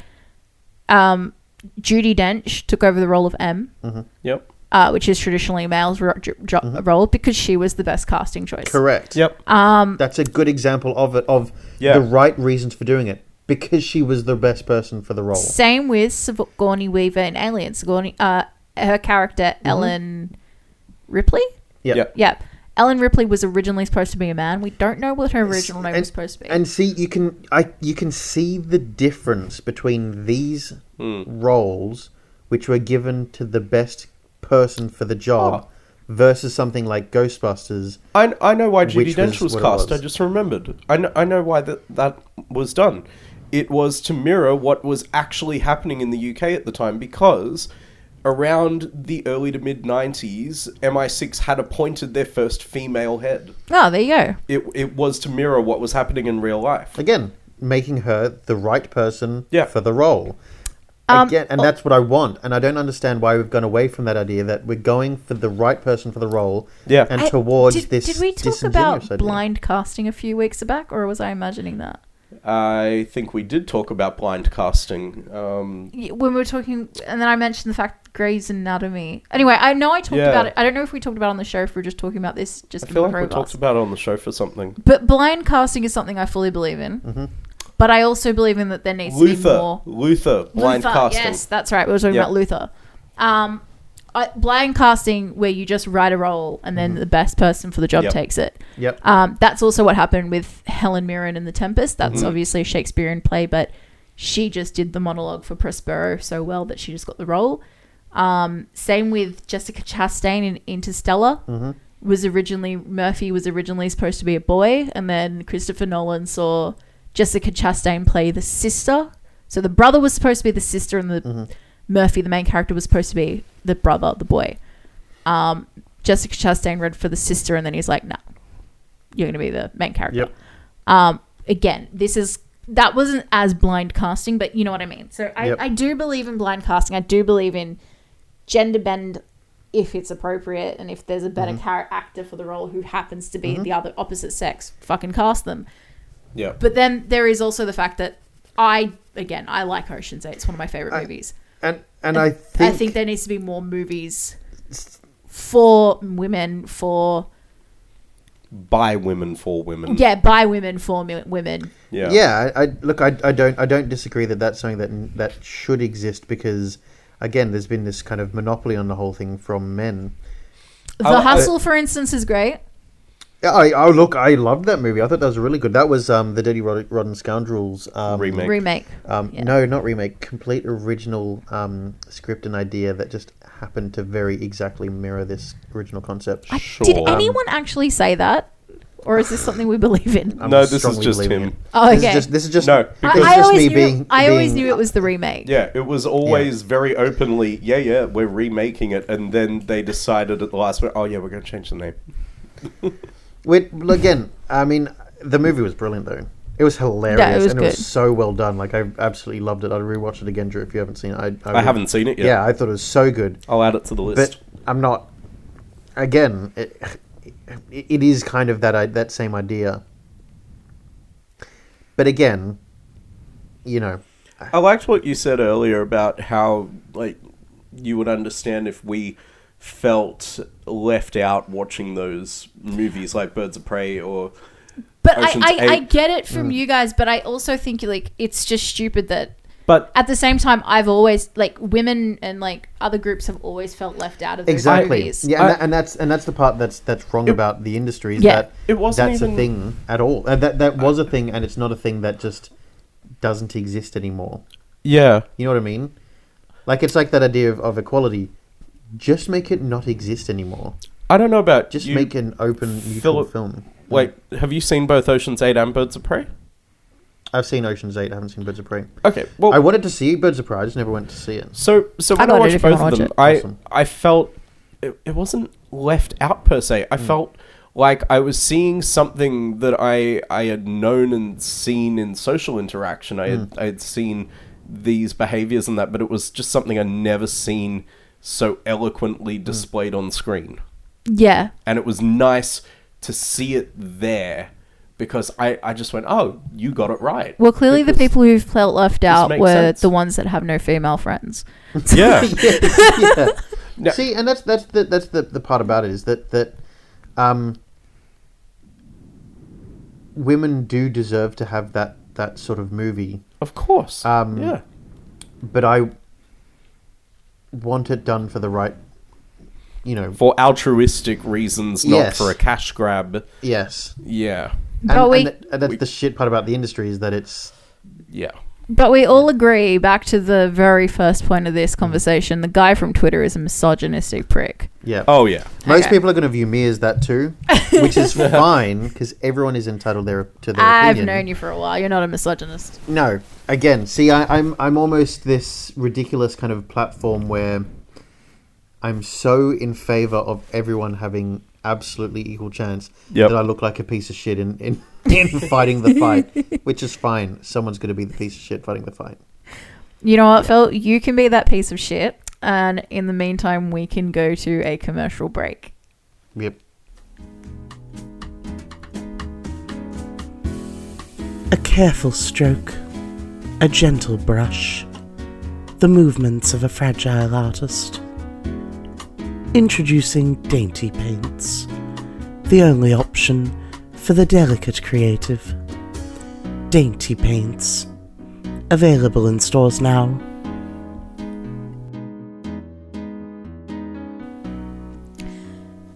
Speaker 2: um Judy Dench took over the role of M
Speaker 1: Mm-hmm.
Speaker 3: Yep.
Speaker 2: uh, which is traditionally a male's ro- jo- jo- role because she was the best casting choice
Speaker 1: Correct.
Speaker 3: Yep.
Speaker 1: That's a good example of it of
Speaker 3: Yeah.
Speaker 1: the right reasons for doing it because she was the best person for the role.
Speaker 2: same with Sigourney Weaver in Alien Sigourney uh her character
Speaker 3: Mm-hmm.
Speaker 2: Ellen Ripley
Speaker 1: Yeah.
Speaker 3: Yep.
Speaker 2: yeah Ellen Ripley was originally supposed to be a man we don't know what her original name
Speaker 1: and,
Speaker 2: was supposed to be
Speaker 1: And see, you can I you can see the difference between these roles, which were given to the best person for the job, versus something like Ghostbusters.
Speaker 3: I, I know why Judy
Speaker 1: Which was
Speaker 3: Dench was,
Speaker 1: what it
Speaker 3: cast.
Speaker 1: was.
Speaker 3: I just remembered. I know, I know why that that was done. It was to mirror what was actually happening in the UK at the time because around the early to mid 90s, MI6 had appointed their first female head.
Speaker 2: oh there you go
Speaker 3: It, it was to mirror what was happening in real life.
Speaker 1: Again, making her the right person
Speaker 3: Yeah.
Speaker 1: for the role.
Speaker 2: Um,
Speaker 1: Again, and that's what I want, and I don't understand why we've gone away from that idea that we're going for the right person for the role,
Speaker 3: Yeah.
Speaker 1: and
Speaker 2: I-
Speaker 1: towards
Speaker 2: did,
Speaker 1: this
Speaker 2: did we talk
Speaker 1: disingenuous
Speaker 2: about
Speaker 1: idea.
Speaker 2: blind casting a few weeks back or was I imagining that
Speaker 3: I think we did talk about blind casting. Um,
Speaker 2: Y- when we were talking, and then I mentioned the fact Grey's Anatomy. Anyway, I know I talked
Speaker 3: Yeah.
Speaker 2: about it. I don't know if we talked about it on the show. If we are just talking about this, just
Speaker 3: I feel
Speaker 2: in
Speaker 3: like
Speaker 2: the
Speaker 3: we
Speaker 2: three of us.
Speaker 3: talked about it on the show for something.
Speaker 2: But blind casting is something I fully believe in. But I also believe in that there needs to be
Speaker 3: Mm-hmm. Luther.
Speaker 2: more
Speaker 3: Luther. Blind
Speaker 2: Luther,
Speaker 3: casting.
Speaker 2: Yes, that's right. We were talking
Speaker 3: Yeah.
Speaker 2: about Luther. Um, I, blind casting where you just write a role and then the best person for the job
Speaker 3: Mm-hmm. Yep.
Speaker 2: takes it.
Speaker 1: Yep.
Speaker 2: Um, that's also what happened with Helen Mirren in The Tempest. That's
Speaker 3: Mm-hmm.
Speaker 2: obviously a Shakespearean play, but she just did the monologue for Prospero so well that she just got the role. Um, same with Jessica Chastain in Interstellar.
Speaker 1: Mm-hmm.
Speaker 2: Was originally Murphy was originally supposed to be a boy, and then Christopher Nolan saw Jessica Chastain play the sister. So the brother was supposed to be the sister, and the Murphy, the main character, was supposed to be the brother, the boy. Um, Jessica Chastain read for the sister, and then he's like, "No, you're going to be the main character."
Speaker 1: Yep.
Speaker 2: Um, again, this is that wasn't as blind casting, but you know what I mean. So I,
Speaker 1: Yep.
Speaker 2: I do believe in blind casting. I do believe in gender bend if it's appropriate and if there's a better
Speaker 1: Mm-hmm.
Speaker 2: char- actor for the role who happens to be the other opposite sex, fucking cast them.
Speaker 3: Yeah.
Speaker 2: But then there is also the fact that I again I like Ocean's Eight. It's one of my favorite movies.
Speaker 1: And and I think,
Speaker 2: I think there needs to be more movies for women for
Speaker 3: By women for women.
Speaker 2: yeah by women for mi- women
Speaker 3: Yeah.
Speaker 1: yeah, I, I look, I, I don't, I don't disagree that that's something that that should exist because, again, there's been this kind of monopoly on the whole thing from men.
Speaker 2: the
Speaker 3: I- I-
Speaker 2: hustle for instance is great
Speaker 1: Yeah, I, oh look, I loved that movie. I thought that was really good. That was um, the Dirty Rod- Rotten Scoundrels um,
Speaker 3: Remake.
Speaker 2: remake
Speaker 1: Um,
Speaker 2: Yeah.
Speaker 1: No, not remake. Complete original um, script and idea that just happened to very exactly mirror this original concept.
Speaker 2: I-
Speaker 3: Sure. Um,
Speaker 2: did anyone actually say that or is this something we believe in
Speaker 1: I'm
Speaker 3: No, this is
Speaker 1: strongly
Speaker 3: just
Speaker 1: believing
Speaker 3: him.
Speaker 1: it.
Speaker 2: Oh,
Speaker 1: This
Speaker 2: okay.
Speaker 1: is just, this is just
Speaker 3: No,
Speaker 1: this
Speaker 2: I,
Speaker 3: because-
Speaker 1: is
Speaker 2: I
Speaker 1: just
Speaker 2: always
Speaker 1: me
Speaker 2: knew,
Speaker 1: being.
Speaker 2: I always
Speaker 1: being-
Speaker 2: knew it was the remake
Speaker 3: Yeah, it was always very openly, yeah, yeah, we're remaking it, and then they decided at the last minute, oh yeah, we're going to change the name.
Speaker 1: Wait, well, again, I mean, the movie was brilliant though. It was hilarious
Speaker 2: Yeah, it was
Speaker 1: and it
Speaker 2: good.
Speaker 1: was so well done. Like I absolutely loved it. I'd rewatch it again, Drew, if you haven't seen it. I,
Speaker 3: I
Speaker 1: would-
Speaker 3: haven't seen it yet.
Speaker 1: Yeah. I thought it was so good.
Speaker 3: I'll add it to the
Speaker 1: But
Speaker 3: list.
Speaker 1: I'm not. Again, it, it, it is kind of that i- that same idea. But again, you know,
Speaker 3: I liked what you said earlier about how like you would understand if we felt left out watching those movies like Birds of Prey or
Speaker 2: but I,
Speaker 3: Ocean's
Speaker 2: I, I
Speaker 3: Eight. Mm.
Speaker 2: get it from you guys but i also think like it's just stupid that
Speaker 3: but
Speaker 2: at the same time i've always like women and like other groups have always felt left out of those
Speaker 1: exactly.
Speaker 2: movies
Speaker 1: Yeah, and,
Speaker 3: I-
Speaker 1: that, and that's and that's the part that's that's wrong about the industry. Is
Speaker 2: Yeah.
Speaker 1: that
Speaker 3: It wasn't
Speaker 1: that's
Speaker 3: even-
Speaker 1: a thing at all. Uh, that that was a thing, and it's not a thing that just doesn't exist anymore.
Speaker 3: yeah,
Speaker 1: You know what I mean? Like it's like that idea of, of equality. Just make it not exist anymore.
Speaker 3: I don't know about
Speaker 1: Just
Speaker 3: you.
Speaker 1: make an open neutral
Speaker 3: Philip-
Speaker 1: film.
Speaker 3: Wait, have you seen both Ocean's 8 and Birds of Prey?
Speaker 1: I've seen Ocean's Eight. I haven't seen Birds of Prey.
Speaker 3: Okay, well
Speaker 1: I wanted to see Birds of Prey. I just never went to see it.
Speaker 3: So, so when I,
Speaker 2: got it
Speaker 3: watched
Speaker 2: if you
Speaker 3: both
Speaker 2: wanna
Speaker 3: of them,
Speaker 2: watch
Speaker 3: I
Speaker 1: Awesome.
Speaker 3: I felt it, it wasn't left out per se.
Speaker 1: Hmm.
Speaker 3: I felt like I was seeing something that I I had known and seen in social interaction. I
Speaker 1: Hmm.
Speaker 3: had, I had seen these behaviors and that, but it was just something I'd never seen so eloquently
Speaker 1: Hmm.
Speaker 3: displayed on screen
Speaker 2: yeah
Speaker 3: and it was nice to see it there because I, I just went oh you got it right
Speaker 2: Well, clearly the
Speaker 3: Because-
Speaker 2: people who felt left out
Speaker 3: makes
Speaker 2: were
Speaker 3: sense.
Speaker 2: the ones that have no female friends.
Speaker 3: yeah
Speaker 1: yeah. See, and that's that's the, that's the, the part about it is that that um, women do deserve to have that that sort of movie,
Speaker 3: of course
Speaker 1: Um,
Speaker 3: yeah
Speaker 1: but I want it done for the right, you know.
Speaker 3: for altruistic reasons, not
Speaker 1: Yes.
Speaker 3: for a cash grab.
Speaker 1: yes,
Speaker 3: Yeah,
Speaker 1: and,
Speaker 2: But we-
Speaker 1: and, that- and that's
Speaker 3: We-
Speaker 1: the shit part about the industry is that it's
Speaker 3: yeah.
Speaker 2: But we all agree, back to the very first point of this conversation, the guy from Twitter is a misogynistic prick.
Speaker 1: yeah.
Speaker 3: Oh yeah,
Speaker 1: Most
Speaker 2: okay.
Speaker 1: people are going to view me as that too, which is fine because everyone is entitled their, to their
Speaker 2: I've
Speaker 1: opinion.
Speaker 2: known you for a while. You're not a misogynist.
Speaker 1: No, again, see, I, I'm I'm almost this ridiculous kind of platform where I'm so in favor of everyone having absolutely equal chance
Speaker 3: Yep.
Speaker 1: that I look like a piece of shit in in, in fighting the fight, which is fine. Someone's going to be the piece of shit fighting the fight.
Speaker 2: You know what, Phil? You can be that piece of shit. And in the meantime, we can go to a commercial break.
Speaker 1: Yep.
Speaker 4: A careful stroke, a gentle brush, the movements of a fragile artist. Introducing Dainty Paints, the only option for the delicate creative. Dainty Paints, available in stores now.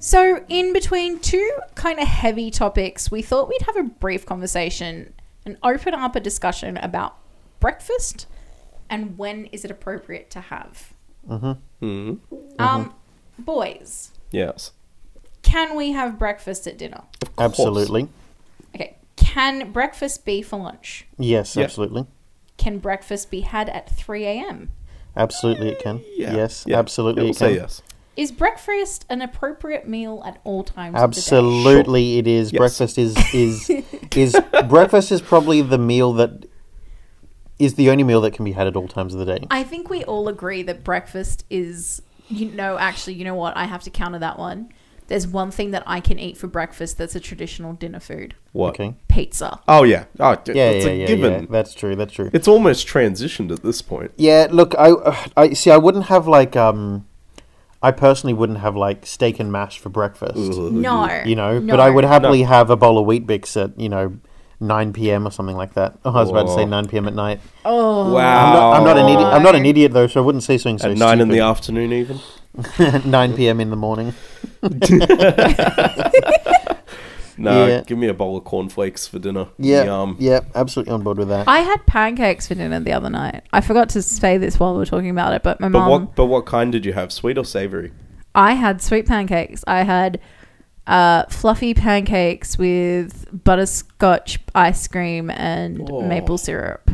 Speaker 2: So, in between two kind of heavy topics, we thought we'd have a brief conversation and open up a discussion about breakfast and when is it appropriate to have.
Speaker 3: Mhm.
Speaker 1: Uh-huh.
Speaker 2: Um, boys,
Speaker 3: Yes.
Speaker 2: can we have breakfast at dinner?
Speaker 1: Absolutely.
Speaker 2: Okay. Can breakfast be for lunch?
Speaker 1: Yes,
Speaker 3: Yeah.
Speaker 1: absolutely.
Speaker 2: Can breakfast be had at 3 a.m.?
Speaker 1: Absolutely, it can.
Speaker 3: Yeah.
Speaker 1: Yes,
Speaker 3: Yeah.
Speaker 1: absolutely,
Speaker 3: Yeah, we'll
Speaker 1: it can.
Speaker 3: say yes.
Speaker 2: Is breakfast an appropriate meal at all times? Of the day?
Speaker 1: Absolutely, it is.
Speaker 3: Yes.
Speaker 1: Breakfast is is is breakfast is probably the meal that is the only meal that can be had at all times of the day.
Speaker 2: I think we all agree that breakfast is, you know, actually, you know what? I have to counter that one. There's one thing that I can eat for breakfast that's a traditional dinner food
Speaker 3: What?
Speaker 1: Okay.
Speaker 2: pizza.
Speaker 3: Oh yeah. Oh, d-
Speaker 1: Yeah,
Speaker 3: it's
Speaker 1: yeah,
Speaker 3: a
Speaker 1: yeah,
Speaker 3: given.
Speaker 1: yeah. That's true. That's true.
Speaker 3: It's almost transitioned at this point.
Speaker 1: Yeah, look, I, I see. I wouldn't have like, um, I personally wouldn't have like steak and mash for breakfast,
Speaker 2: No.
Speaker 1: you know.
Speaker 2: no.
Speaker 1: But I would happily have a bowl of wheat bix at you know nine p.m. or something like that. Oh, I was about to say
Speaker 3: Whoa.
Speaker 1: nine p.m. at night.
Speaker 2: Oh.
Speaker 1: I'm not, I'm not an idiot. I'm not an
Speaker 2: Why?
Speaker 1: idiot though, so I wouldn't say something so
Speaker 3: At nine in the
Speaker 1: stupid.
Speaker 3: afternoon, even.
Speaker 1: nine p.m. in the morning.
Speaker 3: No,
Speaker 1: Yeah.
Speaker 3: give me a bowl of cornflakes for dinner.
Speaker 1: Yeah,
Speaker 3: Yum.
Speaker 1: yeah, absolutely on board with that.
Speaker 2: I had pancakes for dinner the other night. I forgot to say this while we were talking about it, but my
Speaker 3: But
Speaker 2: mum.
Speaker 3: what? But what kind did you have? Sweet or savory?
Speaker 2: I had sweet pancakes. I had uh, fluffy pancakes with butterscotch ice cream and
Speaker 3: Oh.
Speaker 2: maple syrup.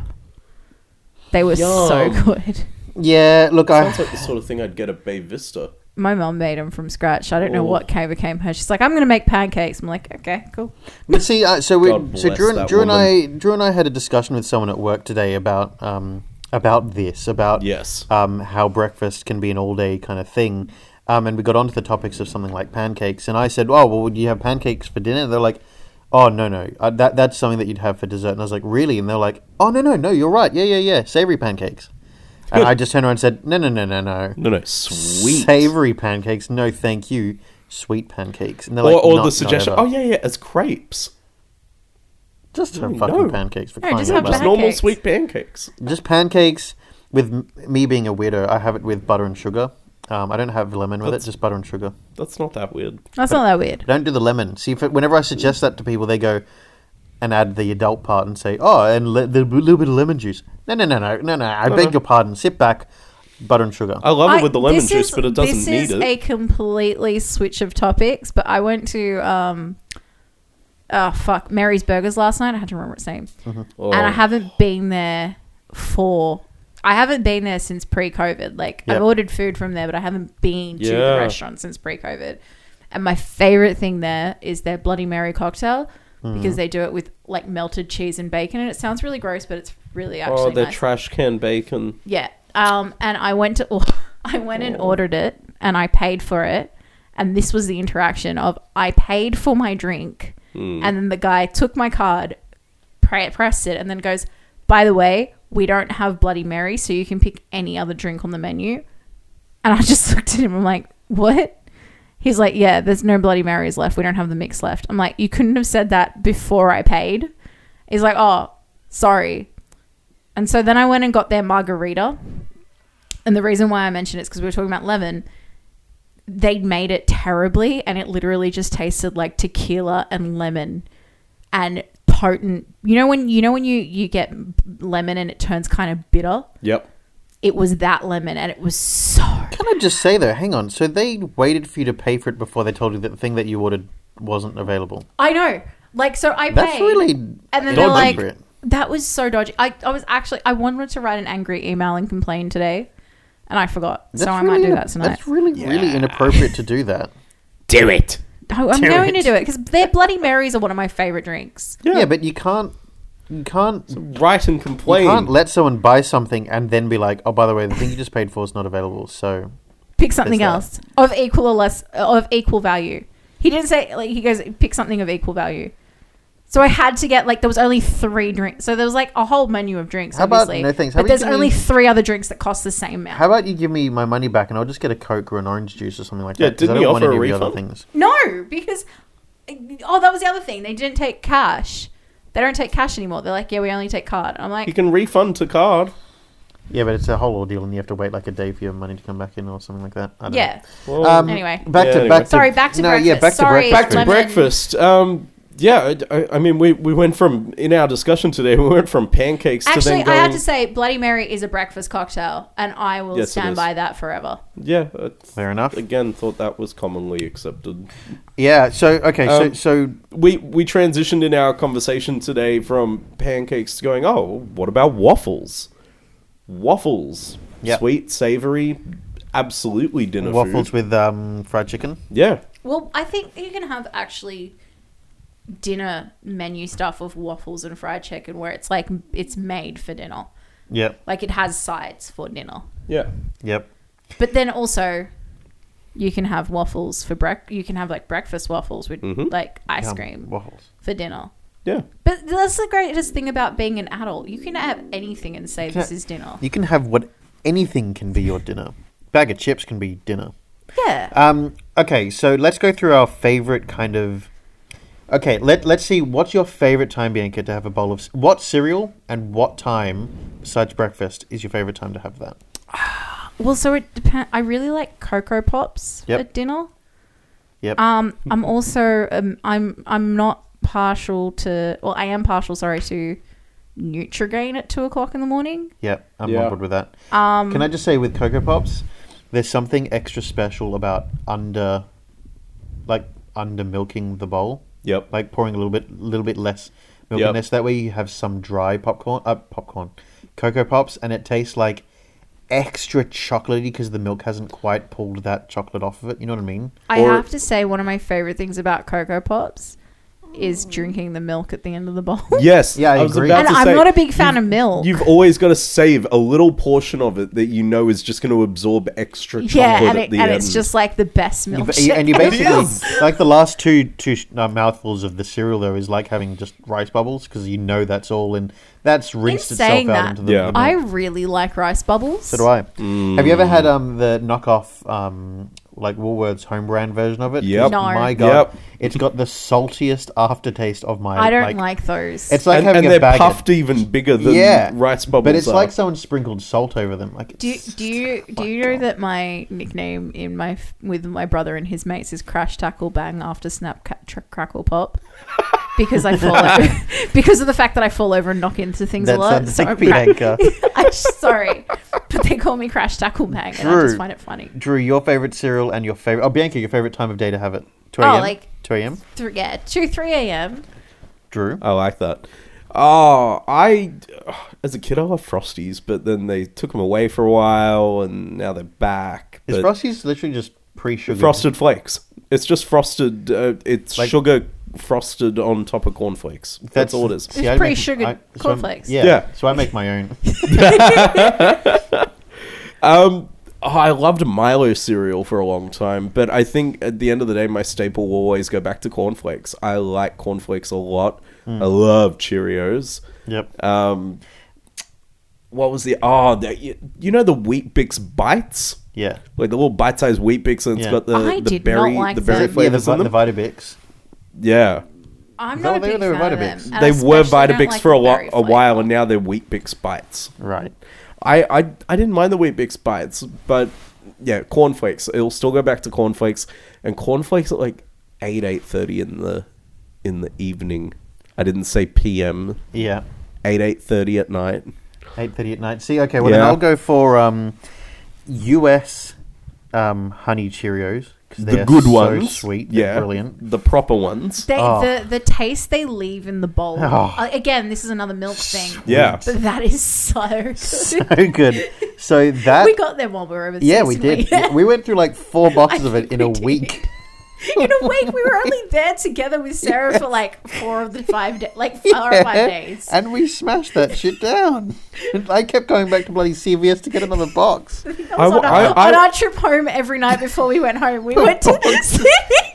Speaker 2: They were
Speaker 3: Yum.
Speaker 2: so good.
Speaker 1: yeah, look, I
Speaker 3: Sounds like the sort of thing I'd get at Bay Vista.
Speaker 2: My mum made them from scratch. I don't know
Speaker 3: Oh.
Speaker 2: what came became her. She's like, I'm going to make pancakes. I'm like, okay, cool.
Speaker 1: But see, uh, so we,
Speaker 3: God
Speaker 1: so
Speaker 3: bless
Speaker 1: Drew, and,
Speaker 3: that
Speaker 1: Drew and I, Drew and I had a discussion with someone at work today about um, about this, about
Speaker 3: Yes.
Speaker 1: um, how breakfast can be an all day kind of thing, um, and we got onto the topics of something like pancakes, and I said, "Oh, well, would you have pancakes for dinner?" They're like, "Oh, no, no, uh, that that's something that you'd have for dessert," and I was like, "Really?" And they're like, "Oh, no, no, no, you're right, yeah, yeah, yeah, savory pancakes," and I just turned around and said, "No, no, no, no, no,
Speaker 3: No, no, sweet.
Speaker 1: savory pancakes, no, thank you." Sweet pancakes, and they're
Speaker 3: or
Speaker 1: like,
Speaker 3: or
Speaker 1: "Not-
Speaker 3: the
Speaker 1: not
Speaker 3: suggestion.
Speaker 1: ever."
Speaker 3: Oh yeah, yeah, as crepes.
Speaker 1: Just have
Speaker 3: No,
Speaker 1: fucking
Speaker 3: no.
Speaker 1: pancakes for
Speaker 2: No,
Speaker 1: crying
Speaker 2: just
Speaker 1: out
Speaker 2: have
Speaker 1: loud.
Speaker 3: Just normal
Speaker 2: Pancakes.
Speaker 3: sweet pancakes.
Speaker 1: Just pancakes with m- me being a weirdo. I have it with butter and sugar. Um, I don't have lemon with
Speaker 3: That's-
Speaker 1: it. Just butter and sugar.
Speaker 3: That's not that weird.
Speaker 2: That's not that weird.
Speaker 1: Don't do the lemon. See, if it, whenever I suggest that to people, they go and add the adult part and say, "Oh, and le- the little bit of lemon juice." No, no, no, no, no, no. I beg your pardon. Sit back. Butter and sugar.
Speaker 3: I love it
Speaker 2: I-
Speaker 3: with the lemon
Speaker 2: this
Speaker 3: juice,
Speaker 2: is-
Speaker 3: but it doesn't
Speaker 2: this
Speaker 3: need
Speaker 2: is
Speaker 3: it.
Speaker 2: a completely switch of topics, but I went to. Um, Oh fuck! Mary's Burgers last night. I had to remember its name.
Speaker 3: Oh,
Speaker 2: and I haven't been there for. I haven't been there since pre-COVID. Like
Speaker 1: Yep.
Speaker 2: I've ordered food from there, but I haven't been to
Speaker 3: Yeah.
Speaker 2: the restaurant since pre-COVID. And my favorite thing there is their Bloody Mary cocktail
Speaker 3: Mm-hmm.
Speaker 2: because they do it with like melted cheese and bacon, and it sounds really gross, but it's really actually
Speaker 3: oh, the
Speaker 2: nice.
Speaker 3: trash can bacon.
Speaker 2: yeah. Um, and I went to, I went and ordered it, and I paid for it, and this was the interaction of I paid for my drink, and then the guy took my card, pre- pressed it, and then goes, by the way, we don't have Bloody Mary, so you can pick any other drink on the menu. And I just looked at him. I'm like, what? He's like, yeah, there's no Bloody Marys left. We don't have the mix left. I'm like, you couldn't have said that before I paid. He's like, oh, sorry. And so then I went and got their margarita. And the reason why I mentioned it is because we were talking about lemon. They'd made it terribly, and it literally just tasted like tequila and lemon and potent. You know when you know when you you get lemon and it turns kind of bitter.
Speaker 3: Yep.
Speaker 2: It was that lemon, and it was so
Speaker 1: Can I just say though? Hang on. So they waited for you to pay for it before they told you that the thing that you ordered wasn't available.
Speaker 2: I know. Like, so I paid.
Speaker 1: That's really
Speaker 2: And
Speaker 1: dodgy.
Speaker 2: then they're like,
Speaker 1: Dodgy.
Speaker 2: that was so dodgy. I, I was actually, I wanted to write an angry email and complain today, and I forgot. so I might
Speaker 1: really
Speaker 2: do
Speaker 1: in-
Speaker 2: that tonight.
Speaker 1: That's really, really inappropriate to do that.
Speaker 3: Do it.
Speaker 2: I, Oh, I'm
Speaker 1: do
Speaker 2: going
Speaker 1: it.
Speaker 2: to do it because their Bloody Marys are one of my favorite drinks.
Speaker 1: Yeah,
Speaker 3: Yeah.
Speaker 1: but you can't. You can't.
Speaker 3: Right and complain.
Speaker 1: You can't let someone buy something and then be like, "Oh, by the way, the thing you just paid for is not available." So
Speaker 2: Pick something
Speaker 1: that.
Speaker 2: else of equal or less, uh, of equal value. He didn't say, like, he goes, pick something of equal value. So I had to get like there was only three drinks, so there was like a whole menu of drinks.
Speaker 1: How about
Speaker 2: obviously.
Speaker 1: no thanks? How about
Speaker 2: But
Speaker 1: you
Speaker 2: there's
Speaker 1: give me-
Speaker 2: only three other drinks that cost the same amount.
Speaker 1: how about you give me my money back and I'll just get a coke or an orange juice or something like
Speaker 3: Yeah,
Speaker 1: that? 'cause I
Speaker 3: didn't he
Speaker 1: don't want
Speaker 3: offer
Speaker 1: any
Speaker 3: a
Speaker 1: of the other
Speaker 3: refund?
Speaker 1: things.
Speaker 2: No, because oh, that was the other thing. They didn't take cash. They don't take cash anymore. They're like, yeah, we only take card. I'm
Speaker 3: You
Speaker 2: like,
Speaker 3: can refund to card.
Speaker 1: Yeah, but it's a whole ordeal, and you have to wait like a day for your money to come back in or something like that. I don't
Speaker 2: Yeah.
Speaker 3: Well,
Speaker 1: know. Um,
Speaker 2: Anyway.
Speaker 1: back
Speaker 3: Oh. Yeah,
Speaker 1: to
Speaker 3: anyway.
Speaker 1: back. To,
Speaker 2: Sorry, back to
Speaker 1: no,
Speaker 2: breakfast.
Speaker 1: Yeah, back
Speaker 2: Sorry.
Speaker 1: to
Speaker 3: back
Speaker 1: breakfast.
Speaker 2: Lemon.
Speaker 3: to breakfast. Um, yeah, I, I- I mean, we, we went from in our discussion today, we went from pancakes to
Speaker 2: Actually,
Speaker 3: then going.
Speaker 2: I have to say, Bloody Mary is a breakfast cocktail, and I will
Speaker 3: Yes, it
Speaker 2: stand
Speaker 3: is.
Speaker 2: by that forever.
Speaker 3: yeah, uh,
Speaker 1: Fair enough.
Speaker 3: again, thought that was commonly accepted.
Speaker 1: Yeah. So okay.
Speaker 3: Um,
Speaker 1: so so
Speaker 3: We we transitioned in our conversation today from pancakes to going. Oh, what about waffles? Waffles,
Speaker 1: Yep.
Speaker 3: sweet, savory, absolutely dinner
Speaker 1: waffles
Speaker 3: food.
Speaker 1: with um, fried chicken.
Speaker 3: Yeah,
Speaker 2: Well, I think you can have actually dinner menu stuff of waffles and fried chicken where it's like it's made for dinner.
Speaker 1: Yep.
Speaker 2: Like it has sides for dinner.
Speaker 3: yeah.
Speaker 1: Yep.
Speaker 2: But then also you can have waffles for break you can have like breakfast waffles with like ice
Speaker 1: Um,
Speaker 2: cream
Speaker 1: waffles.
Speaker 2: for dinner.
Speaker 3: Yeah.
Speaker 2: But that's the greatest thing about being an adult. You can have anything and say this is dinner.
Speaker 1: You can have what anything can be your dinner. Bag of chips can be dinner.
Speaker 2: Yeah.
Speaker 1: Um, okay, so let's go through our favorite kind of. Okay, let let's see. What's your favorite time, Bianca, to have a bowl of c- what cereal and what time besides breakfast is your favorite time to have that?
Speaker 2: Well, so it depends. I really like cocoa pops
Speaker 1: Yep.
Speaker 2: at dinner.
Speaker 1: Yep.
Speaker 2: Um, I'm also um, I'm I'm not partial to well I am partial sorry to Nutrigrain at two o'clock in the morning.
Speaker 1: Yep, I'm
Speaker 3: Yeah.
Speaker 1: on board with that. Um, Can I just say with Cocoa Pops, there's something extra special about under, like under milking the bowl,
Speaker 3: Yep.
Speaker 1: like pouring a little bit, little bit less milk
Speaker 3: Yep.
Speaker 1: in this. That way you have some dry popcorn, uh, popcorn, Cocoa Pops, and it tastes like extra chocolatey because the milk hasn't quite pulled that chocolate off of it. You know what I mean?
Speaker 2: I
Speaker 3: Or-
Speaker 2: have to say one of my favorite things about cocoa pops is drinking the milk at the end of the bowl.
Speaker 3: Yes.
Speaker 1: Yeah, I
Speaker 3: was
Speaker 1: agree.
Speaker 3: about
Speaker 2: and
Speaker 3: to
Speaker 2: I'm
Speaker 3: say,
Speaker 2: not a big fan of milk.
Speaker 3: You've always got to save a little portion of it that you know is just going to absorb extra chocolate
Speaker 2: yeah, and,
Speaker 3: at
Speaker 2: it,
Speaker 3: the um,
Speaker 2: and
Speaker 3: end.
Speaker 2: it's just like the best
Speaker 1: You
Speaker 2: milk.
Speaker 1: ba- you- and you basically like the last two two sh- uh, mouthfuls of the cereal though is like having just rice bubbles because you know that's all and that's rinsed itself
Speaker 2: saying
Speaker 1: out
Speaker 2: that,
Speaker 1: into the,
Speaker 3: Yeah.
Speaker 1: the
Speaker 3: Mm.
Speaker 1: milk.
Speaker 2: I really like rice bubbles.
Speaker 1: So do I. Have you ever had um the knockoff um like Woolworths home brand version of it? 'Cause
Speaker 3: Yep.
Speaker 2: No.
Speaker 1: My God,
Speaker 3: Yep.
Speaker 1: it's got the saltiest aftertaste of my.
Speaker 2: I don't like, those.
Speaker 1: It's like
Speaker 3: and,
Speaker 1: having
Speaker 3: and
Speaker 1: a
Speaker 3: they're
Speaker 1: bag.
Speaker 3: puffed even bigger
Speaker 1: of,
Speaker 3: than
Speaker 1: yeah,
Speaker 3: rice bubbles.
Speaker 1: But it's
Speaker 3: are.
Speaker 1: like someone sprinkled salt over them. Like,
Speaker 2: Do you,
Speaker 1: it's-
Speaker 2: do you do you know that my nickname in my f- with my brother and his mates is Crash Tackle Bang after Snap ca- tr- Crackle Pop? Because I fall over, because of the fact that I fall over and knock into things
Speaker 1: That
Speaker 2: a lot.
Speaker 1: sounds
Speaker 2: So
Speaker 1: like
Speaker 2: I'm cra-
Speaker 1: Bianca.
Speaker 2: I'm just sorry, but they call me Crash Tackle Bang, and I
Speaker 1: Drew.
Speaker 2: just find it funny.
Speaker 1: Drew, your favorite cereal and your favorite. Oh, Bianca, your favorite time of day to have it. Two
Speaker 2: Oh,
Speaker 1: a.m.
Speaker 2: like-
Speaker 1: two a.m.
Speaker 2: Three, yeah, two three a.m.
Speaker 1: Drew.
Speaker 3: I like that. Oh, I as a kid I loved Frosties, but then they took them away for a while, and now they're back.
Speaker 1: Is
Speaker 3: but
Speaker 1: Frosty's literally just pre-sugar?
Speaker 3: frosted flakes? It's just frosted. Uh, it's
Speaker 1: Like-
Speaker 3: sugar frosted on top of cornflakes. That's, all it is.
Speaker 1: see, I
Speaker 2: It's
Speaker 1: make-
Speaker 2: pre-sugared
Speaker 1: I- so I'm-
Speaker 2: cornflakes.
Speaker 1: yeah,
Speaker 3: Yeah.
Speaker 1: So I make my own.
Speaker 3: Um, oh, I loved Milo cereal for a long time, but I think at the end of the day, my staple will always go back to cornflakes. I like cornflakes a lot.
Speaker 1: Hmm.
Speaker 3: I love Cheerios.
Speaker 1: Yep.
Speaker 3: Um, what was the oh, the, you, you know the Wheat Bix bites,
Speaker 1: Yeah.
Speaker 3: like the little bite-sized Wheat Bix, and it's
Speaker 1: Yeah.
Speaker 3: got the,
Speaker 2: I
Speaker 3: the
Speaker 2: did
Speaker 3: berry
Speaker 2: not like
Speaker 3: the berry
Speaker 1: Yeah,
Speaker 2: them.
Speaker 1: the,
Speaker 3: flavors
Speaker 1: vi-
Speaker 3: in
Speaker 1: the
Speaker 3: them.
Speaker 1: Vitabix.
Speaker 3: yeah,
Speaker 2: I'm
Speaker 1: No,
Speaker 2: not
Speaker 1: they-
Speaker 2: a big
Speaker 1: they were
Speaker 2: fan of them.
Speaker 1: Vitabix.
Speaker 2: and
Speaker 3: they were
Speaker 2: especially don't
Speaker 3: Vitabix
Speaker 2: like
Speaker 3: for a
Speaker 2: the
Speaker 3: while,
Speaker 2: berry
Speaker 3: a while,
Speaker 2: flavour.
Speaker 3: and now they're Wheat Bix bites.
Speaker 1: Right.
Speaker 3: I, I I didn't mind the Wheat Bix bites, but yeah, cornflakes. It'll still go back to cornflakes, and cornflakes at like eight eight thirty in the in the evening. I didn't say p.m.
Speaker 1: Yeah.
Speaker 3: eight eight thirty at night.
Speaker 1: Eight thirty at night. See, okay, well then
Speaker 3: Yeah.
Speaker 1: I'll go for um, U.S. Um, honey Cheerios because
Speaker 3: The good
Speaker 1: so
Speaker 3: ones,
Speaker 1: sweet,
Speaker 3: yeah,
Speaker 1: yeah, brilliant.
Speaker 3: The proper ones,
Speaker 2: They,
Speaker 1: Oh.
Speaker 2: the the taste they leave in the bowl.
Speaker 1: Oh.
Speaker 2: Uh, again, this is another milk thing.
Speaker 3: yeah.
Speaker 2: But that is so good.
Speaker 1: So good. So that
Speaker 2: we got them while we were overseas.
Speaker 1: yeah, we did.
Speaker 2: didn't
Speaker 1: We went through like four boxes of it
Speaker 2: think
Speaker 1: in a
Speaker 2: we did.
Speaker 1: week.
Speaker 2: In a week, we were only there together with Sarah for like four of the five days, like four or five days.
Speaker 1: and we smashed that shit down. And I kept going back to bloody CVS to get another box.
Speaker 2: That was
Speaker 3: I-
Speaker 2: on, our,
Speaker 3: I-
Speaker 2: on
Speaker 3: I-
Speaker 2: our trip home every night before we went home, we went to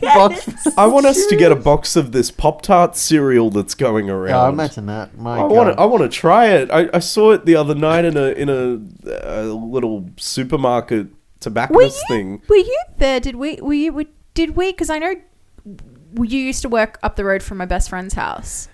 Speaker 1: box.
Speaker 3: I want us to get a box of this Pop Tart cereal that's going around.
Speaker 1: Yeah, imagine that. My
Speaker 3: I
Speaker 1: God.
Speaker 3: want to. I want to try it. I, I saw it the other night in a in a, a little supermarket
Speaker 2: Were you,
Speaker 3: tobacconist thing.
Speaker 2: were you there? Did we? Were you? were- Did we? Because I know you used to work up the road from my best friend's house,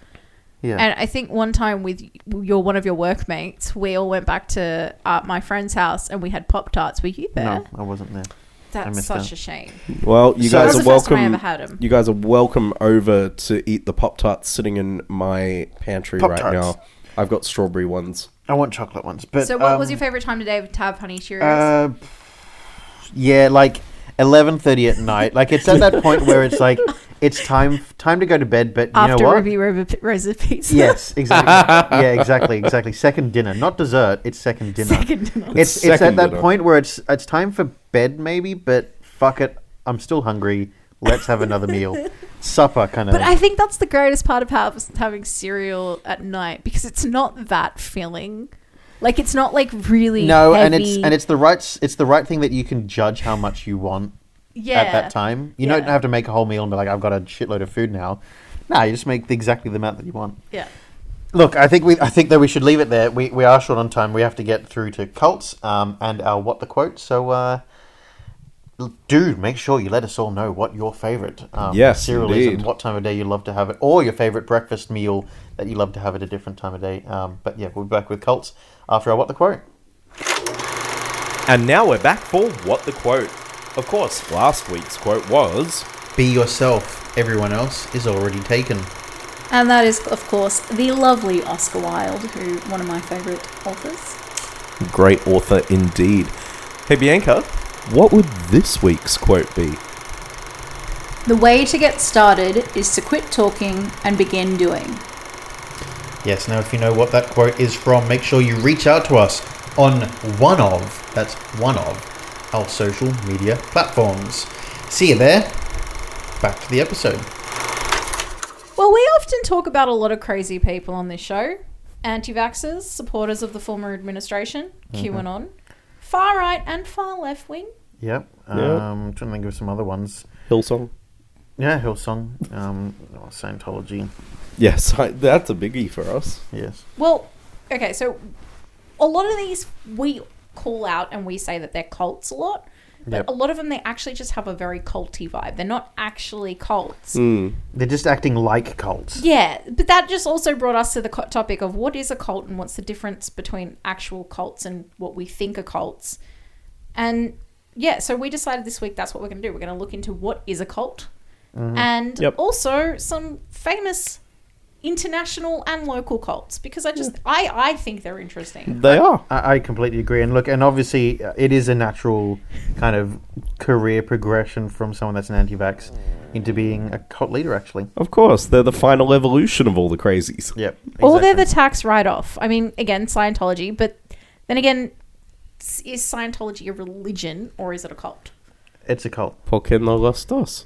Speaker 1: Yeah.
Speaker 2: And I think one time with your one of your workmates, we all went back to uh, my friend's house and we had Pop Tarts. Were you there?
Speaker 1: no, I wasn't there.
Speaker 2: That's
Speaker 1: missed
Speaker 2: such
Speaker 1: out.
Speaker 2: a shame.
Speaker 3: Well, you
Speaker 1: So-
Speaker 2: that
Speaker 3: guys
Speaker 2: was
Speaker 3: are
Speaker 2: the first time I
Speaker 3: welcome.
Speaker 2: ever had 'em.
Speaker 3: You guys are welcome over to eat the Pop Tarts sitting in my pantry right
Speaker 1: Pop-Tarts.
Speaker 3: now. I've got strawberry ones.
Speaker 1: I want chocolate ones. But
Speaker 2: So, what was
Speaker 1: um,
Speaker 2: your favorite time today to have Honey Cheerios?
Speaker 1: Uh, yeah, like eleven thirty at night. Like it's at that point where it's like it's time time to go to bed. But you
Speaker 5: After
Speaker 1: know what?
Speaker 5: Ruby Rover recipes.
Speaker 1: Yes, exactly. yeah, exactly, exactly. Second dinner, not dessert. It's second dinner.
Speaker 5: Second.
Speaker 1: it's it's
Speaker 3: second
Speaker 1: at that
Speaker 3: dinner.
Speaker 1: point where it's it's time for bed, maybe. But fuck it, I'm still hungry. Let's have another meal, supper kind of.
Speaker 2: But I think that's the greatest part of hav- having cereal at night because it's not that filling. Like it's not like really
Speaker 1: no,
Speaker 2: heavy.
Speaker 1: and it's and it's the right s- it's the right thing that you can judge how much you want
Speaker 2: yeah.
Speaker 1: at that time. You don't
Speaker 2: Yeah.
Speaker 1: have to make a whole meal and be like, I've got a shitload of food now. Nah, you just make the, exactly the amount that you want.
Speaker 2: Yeah.
Speaker 1: Look, I think we I think that we should leave it there. We we are short on time. We have to get through to cults um, and our what the quote. So. Uh, l- do make sure you let us all know what your favorite um,
Speaker 3: Yes,
Speaker 1: cereal is and
Speaker 3: indeed.
Speaker 1: what time of day you love to have it, or your favorite breakfast meal that you love to have at a different time of day. Um, but yeah, we'll be back with cults after our what the quote.
Speaker 3: And now we're back for What the Quote. Of course, last week's quote was
Speaker 1: Be yourself. Everyone else is already taken.
Speaker 2: And that is, of course, the lovely Oscar Wilde, who one of my favourite authors.
Speaker 3: Great author indeed. Hey Bianca, what would this week's quote be?
Speaker 2: The way to get started is to quit talking and begin doing.
Speaker 1: Yes, now if you know what that quote is from, make sure you reach out to us on one of, that's one of, our social media platforms. See you there. Back to the episode.
Speaker 2: Well, we often talk about a lot of crazy people on this show anti vaxxers, supporters of the former administration, QAnon, far right and far left wing.
Speaker 1: Yep. Um,
Speaker 3: Yep.
Speaker 1: Trying to think of some other ones.
Speaker 3: Hillsong?
Speaker 1: Yeah, Hillsong, um, oh, Scientology.
Speaker 3: Yes, I, that's a biggie for us.
Speaker 1: Yes.
Speaker 2: Well, okay, so a lot of these we call out and we say that they're cults a lot. But
Speaker 1: Yep.
Speaker 2: a lot of them, they actually just have a very culty vibe. They're not actually cults.
Speaker 1: They're just acting like cults.
Speaker 2: Yeah, but that just also brought us to the co- topic of what is a cult and what's the difference between actual cults and what we think are cults. And yeah, so we decided this week that's what we're going to do. We're going to look into what is a cult
Speaker 1: Mm-hmm.
Speaker 2: and
Speaker 3: Yep.
Speaker 2: also some famous international and local cults because I just I I think they're interesting.
Speaker 3: They are.
Speaker 1: I, I completely agree. And look, and obviously, uh, it is a natural kind of career progression from someone that's an anti vax into being a cult leader, actually.
Speaker 3: Of course, they're the final evolution of all the crazies.
Speaker 1: Yep.
Speaker 2: Or they're
Speaker 1: exactly.
Speaker 2: the tax write off. I mean, again, Scientology, but then again, s- is Scientology a religion or is it a cult?
Speaker 1: It's a cult.
Speaker 3: Por que no los dos?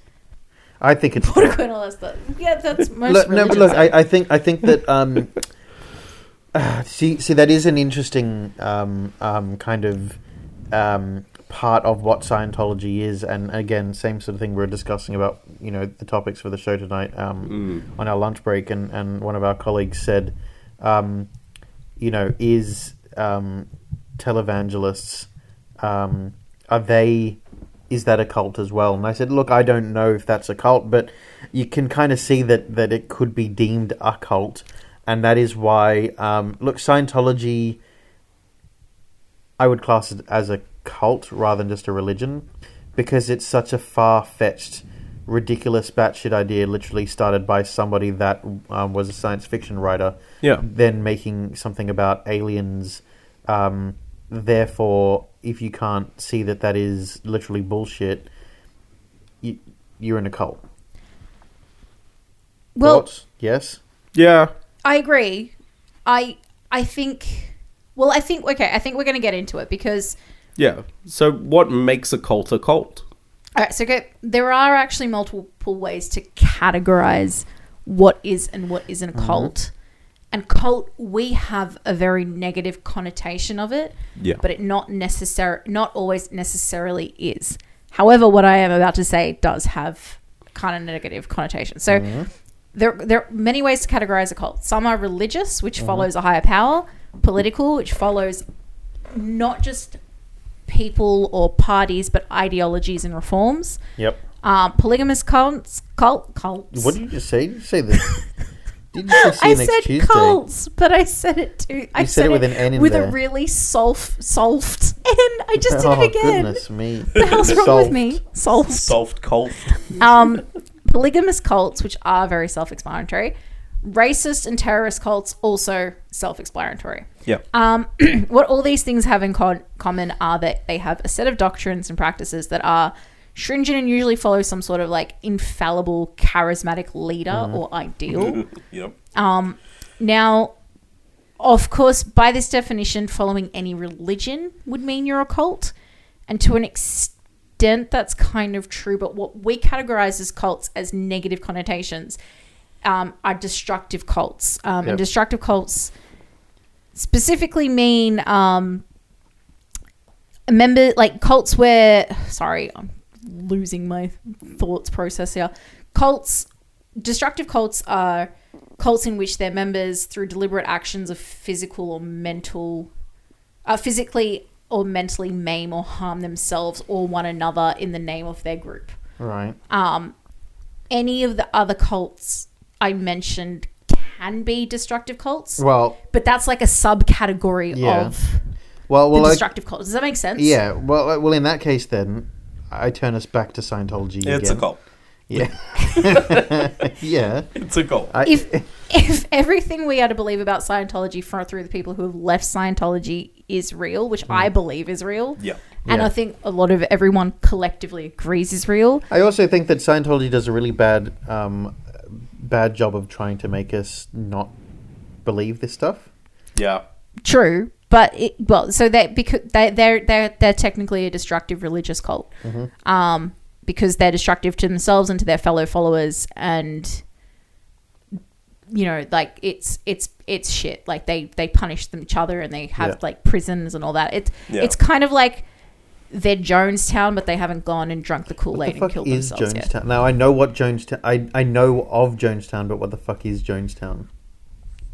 Speaker 1: I think it's.
Speaker 2: What a quid all that. Yeah, that's most
Speaker 1: look, no, but
Speaker 2: religions
Speaker 1: look,
Speaker 2: are.
Speaker 1: I, I think I think that um, ah, see see that is an interesting um, um, kind of um, part of what Scientology is, and again, same sort of thing we were discussing about you know the topics for the show tonight um, on our lunch break, and and one of our colleagues said, um, you know, is um, televangelists um, are they is that a cult as well? And I said, look, I don't know if that's a cult, but you can kind of see that that it could be deemed a cult, and that is why um, look, Scientology. I would class it as a cult rather than just a religion because it's such a far fetched, ridiculous, batshit idea, literally started by somebody that um, was a science fiction writer.
Speaker 3: Yeah.
Speaker 1: Then making something about aliens. Um, therefore, if you can't see that that is literally bullshit, you, you're in a cult.
Speaker 2: well,
Speaker 1: Thoughts? Yes?
Speaker 3: Yeah.
Speaker 2: I agree. I I think. Well, I think okay. I think we're going to get into it because
Speaker 3: Yeah. So what makes a cult a cult?
Speaker 2: all right. So okay, there are actually multiple ways to categorize what is and what isn't a cult. And cult, we have a very negative connotation of it.
Speaker 3: Yeah.
Speaker 2: But it not necessary, not always necessarily is. However, what I am about to say does have kind of negative connotation. So there, there are many ways to categorize a cult. Some are religious, which follows a higher power, political, which follows not just people or parties, but ideologies and reforms.
Speaker 1: Yep.
Speaker 2: Um, polygamous cults, cult, cults.
Speaker 1: What did you just say? Did you say the. Did you just see
Speaker 2: I
Speaker 1: next
Speaker 2: said
Speaker 1: Tuesday?
Speaker 2: cults, but I said it too. I
Speaker 1: You said it with an N in
Speaker 2: with
Speaker 1: there.
Speaker 2: a really solf solved N. I just
Speaker 1: oh,
Speaker 2: did it again.
Speaker 1: goodness me.
Speaker 2: What the hell's wrong
Speaker 1: Solved.
Speaker 2: with me? Solved.
Speaker 3: Solved cult.
Speaker 2: um, polygamous cults, which are very self-explanatory. Racist and terrorist cults, also self-explanatory.
Speaker 3: Yeah.
Speaker 2: Um, what all these things have in con- common are that they have a set of doctrines and practices that are stringent and usually follow some sort of like infallible, charismatic leader or ideal. Um,
Speaker 3: yep.
Speaker 2: Now, of course, by this definition, following any religion would mean you're a cult. And to an extent, that's kind of true. But what we categorize as cults as negative connotations um, are destructive cults. Um,
Speaker 1: Yep.
Speaker 2: And destructive cults specifically mean um, member, like cults where, sorry, I'm losing my thoughts process here. Cults, destructive cults are cults in which their members, through deliberate actions of physical or mental, uh, physically or mentally maim or harm themselves or one another in the name of their group.
Speaker 1: Right.
Speaker 2: Any of the other cults I mentioned can be destructive cults,
Speaker 1: Well,
Speaker 2: but that's like a subcategory
Speaker 1: Yeah.
Speaker 2: of
Speaker 1: well,
Speaker 2: the
Speaker 1: well, I,
Speaker 2: destructive cults. Does that make sense?
Speaker 1: yeah. Well, I- well, in that case, then I turn us back to Scientology.
Speaker 3: It's a
Speaker 1: again.
Speaker 3: cult.
Speaker 1: Yeah. yeah.
Speaker 3: It's a cult.
Speaker 1: I,
Speaker 2: If if everything we are to believe about Scientology from through the people who have left Scientology is real, which I believe is real,
Speaker 3: yeah.
Speaker 2: and
Speaker 1: Yeah.
Speaker 2: I think a lot of everyone collectively agrees is real.
Speaker 1: I also think that Scientology does a really bad, um, bad job of trying to make us not believe this stuff.
Speaker 3: Yeah.
Speaker 2: True, but it, well, so that because they they're they're they're technically a destructive religious cult,
Speaker 1: Mm-hmm.
Speaker 2: um, because they're destructive to themselves and to their fellow followers, and you know, like it's it's it's shit. Like they they punish them each other and they have
Speaker 1: Yeah.
Speaker 2: like prisons and all that. It's
Speaker 3: Yeah.
Speaker 2: it's kind of like they're Jonestown, but they haven't gone and drunk the Kool
Speaker 1: What the
Speaker 2: Aid and
Speaker 1: fuck
Speaker 2: killed
Speaker 1: is
Speaker 2: themselves yet.
Speaker 1: Jonestown? Now I know what Jonestown. I I know of Jonestown, but what the fuck is Jonestown?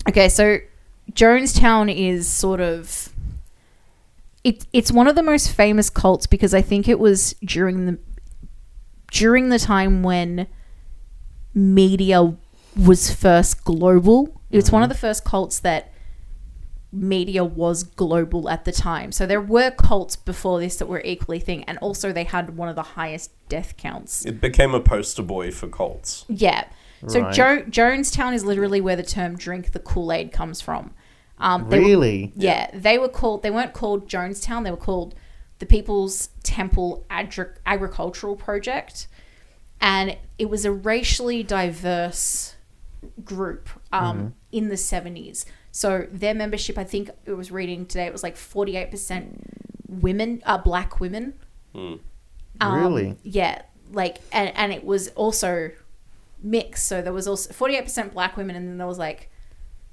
Speaker 2: Okay, so Jonestown is sort of it, it's one of the most famous cults because I think it was during the during the time when media was first global. It's one of the first cults that media was global at the time. So there were cults before this that were equally thing and also they had one of the highest death counts.
Speaker 3: It became a poster boy for cults.
Speaker 2: Yeah. So
Speaker 1: Right.
Speaker 2: jo- Jonestown is literally where the term "drink the Kool Aid" comes from. Um, they were-
Speaker 1: Really?
Speaker 2: yeah, they were called. They weren't called Jonestown. They were called the People's Temple Agri- Agricultural Project, and it was a racially diverse group um,
Speaker 1: Mm-hmm.
Speaker 2: in the seventies. So their membership, I think, it was reading today. It was like forty-eight percent women, uh, black women.
Speaker 1: really?
Speaker 2: Um, Yeah, like and and it was also mixed. So there was also forty eight percent black women, and then there was like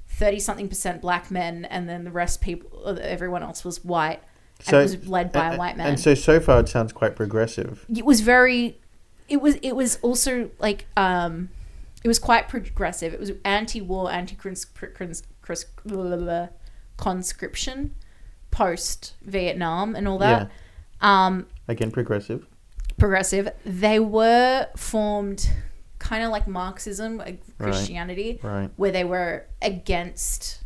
Speaker 2: thirty something percent black men, and then the rest people, everyone else was white, and it was led by
Speaker 1: and-
Speaker 2: a white man.
Speaker 1: And so so far it sounds quite progressive.
Speaker 2: it was very, it was it was also like um, it was quite progressive. It was anti war, anti conscription, post Vietnam, and all that. Um,
Speaker 1: Again, progressive.
Speaker 2: progressive. They were formed kind of like Marxism, like Christianity,
Speaker 1: Right.
Speaker 2: where they were against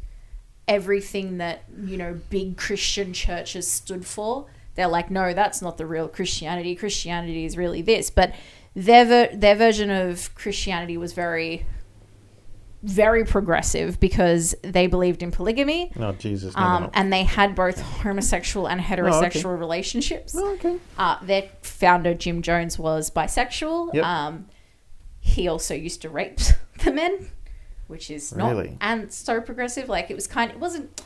Speaker 2: everything that, you know, big Christian churches stood for. They're like, no, that's not the real Christianity. Christianity is really this. But their ver- their version of Christianity was very very progressive because they believed in polygamy
Speaker 1: Oh Jesus! No, they're
Speaker 2: um,
Speaker 1: not.
Speaker 2: and they had both homosexual
Speaker 1: Oh,
Speaker 2: and heterosexual relationships.
Speaker 1: okay.
Speaker 2: Uh, their founder Jim Jones was bisexual.
Speaker 1: Yep.
Speaker 2: Um, he also used to rape the men, which is not
Speaker 1: Really?
Speaker 2: and so progressive. Like it was kind. It wasn't.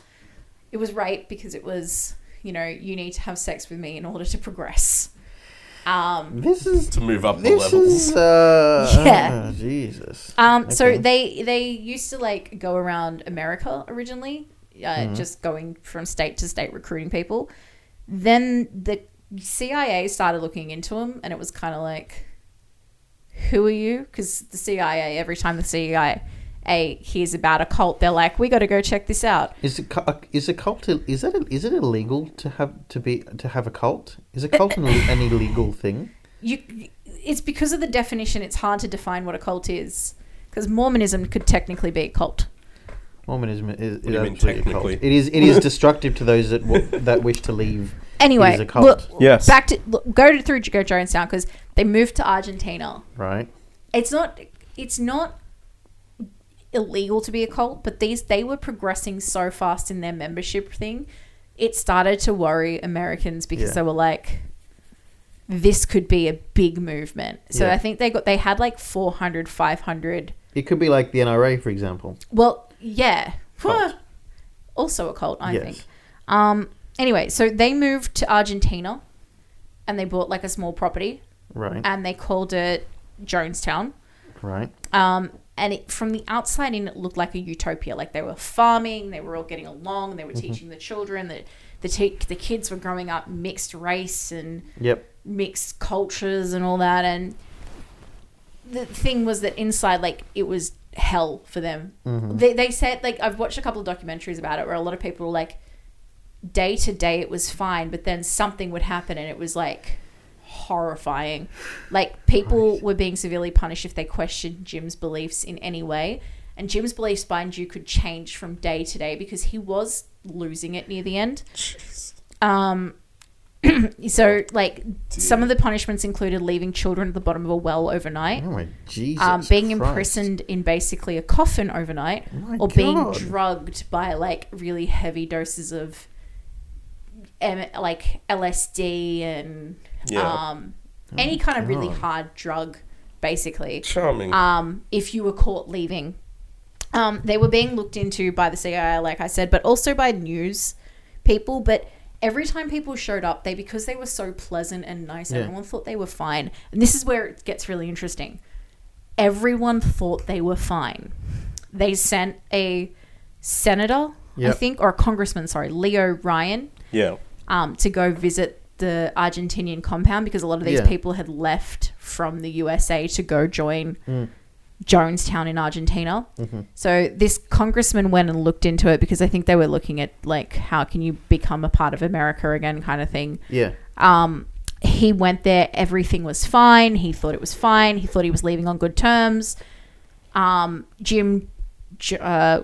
Speaker 2: It was rape because it was you know you need to have sex with me in order to progress. Um,
Speaker 1: This is
Speaker 3: To move up the
Speaker 1: this
Speaker 3: levels.
Speaker 1: is uh,
Speaker 2: Yeah.
Speaker 1: oh, Jesus.
Speaker 2: Um, So
Speaker 1: Okay.
Speaker 2: they they used to like go around America originally, uh,
Speaker 1: Mm-hmm.
Speaker 2: just going from state to state recruiting people. Then the CIA started looking into them, and it was kind of like, "Who are you?" Because the CIA, every time the CIA hears about a cult, they're like, "We got to go check this out."
Speaker 1: Is it cu- uh, is a cult? ill- Is that is it illegal to have to be to have a cult? Is a cult an, ill- an illegal thing?
Speaker 2: You, it's because of the definition. It's hard to define what a cult is. 'Cause because Mormonism could technically be a cult.
Speaker 1: Mormonism is, is
Speaker 3: do you mean
Speaker 1: absolutely a cult.
Speaker 3: technically?
Speaker 1: It is it is destructive to those that w- that wish to leave.
Speaker 2: Anyway,
Speaker 1: it is a cult,
Speaker 2: look,
Speaker 3: Yes.
Speaker 2: back to look, go to, through go Jonestown because they moved to Argentina.
Speaker 1: right?
Speaker 2: It's not. It's not illegal to be a cult, but these they were progressing so fast in their membership thing, it started to worry Americans because
Speaker 1: Yeah.
Speaker 2: they were like, this could be a big movement. So
Speaker 1: Yeah.
Speaker 2: I think they got they had like 400, 500
Speaker 1: It could be like the NRA, for example.
Speaker 2: Well, yeah.
Speaker 1: Cult.
Speaker 2: Also a cult, I
Speaker 1: Yes.
Speaker 2: think. Um, anyway, so they moved to Argentina and they bought like a small property
Speaker 1: Right,
Speaker 2: and they called it Jonestown.
Speaker 1: right,
Speaker 2: Um, and it, from the outside in, it looked like a utopia. Like they were farming, they were all getting along, they were teaching the children, the, the, te- the kids were growing up mixed race and
Speaker 1: yep,
Speaker 2: mixed cultures and all that and the thing was that inside like it was hell for them they, they said like i've watched a couple of documentaries about it where a lot of people were like day to day it was fine but then something would happen and it was like horrifying like people were being severely punished if they questioned jim's beliefs in any way and jim's beliefs mind you could change from day to day because he was losing it near the end um so like some of the punishments included leaving children at the bottom of a well overnight
Speaker 1: Oh my Jesus!
Speaker 2: um, being
Speaker 1: Christ.
Speaker 2: imprisoned in basically a coffin overnight
Speaker 1: Oh My
Speaker 2: or being
Speaker 1: God.
Speaker 2: drugged by like really heavy doses of M- like LSD and
Speaker 3: Yeah.
Speaker 2: um, any kind of really
Speaker 1: Oh God.
Speaker 2: hard drug basically
Speaker 3: Charming.
Speaker 2: um, if you were caught leaving. Um, they were being looked into by the CIA, like I said, but also by news people. But every time people showed up, they because they were so pleasant and nice,
Speaker 1: Yeah.
Speaker 2: everyone thought they were fine. And this is where it gets really interesting. Everyone thought they were fine. They sent a senator, I
Speaker 1: Yep.
Speaker 2: think, or a congressman, sorry, Leo Ryan,
Speaker 3: yeah.
Speaker 2: um, to go visit the Argentinian compound because a lot of these
Speaker 1: Yeah.
Speaker 2: people had left from the USA to go join Jonestown in Argentina. So this congressman went and looked into it because I think they were looking at like how can you become a part of America again kind of thing.
Speaker 1: Yeah,
Speaker 2: Um, he went there, everything was fine. He thought it was fine. He thought he was leaving on good terms. Um, Jim, J- uh,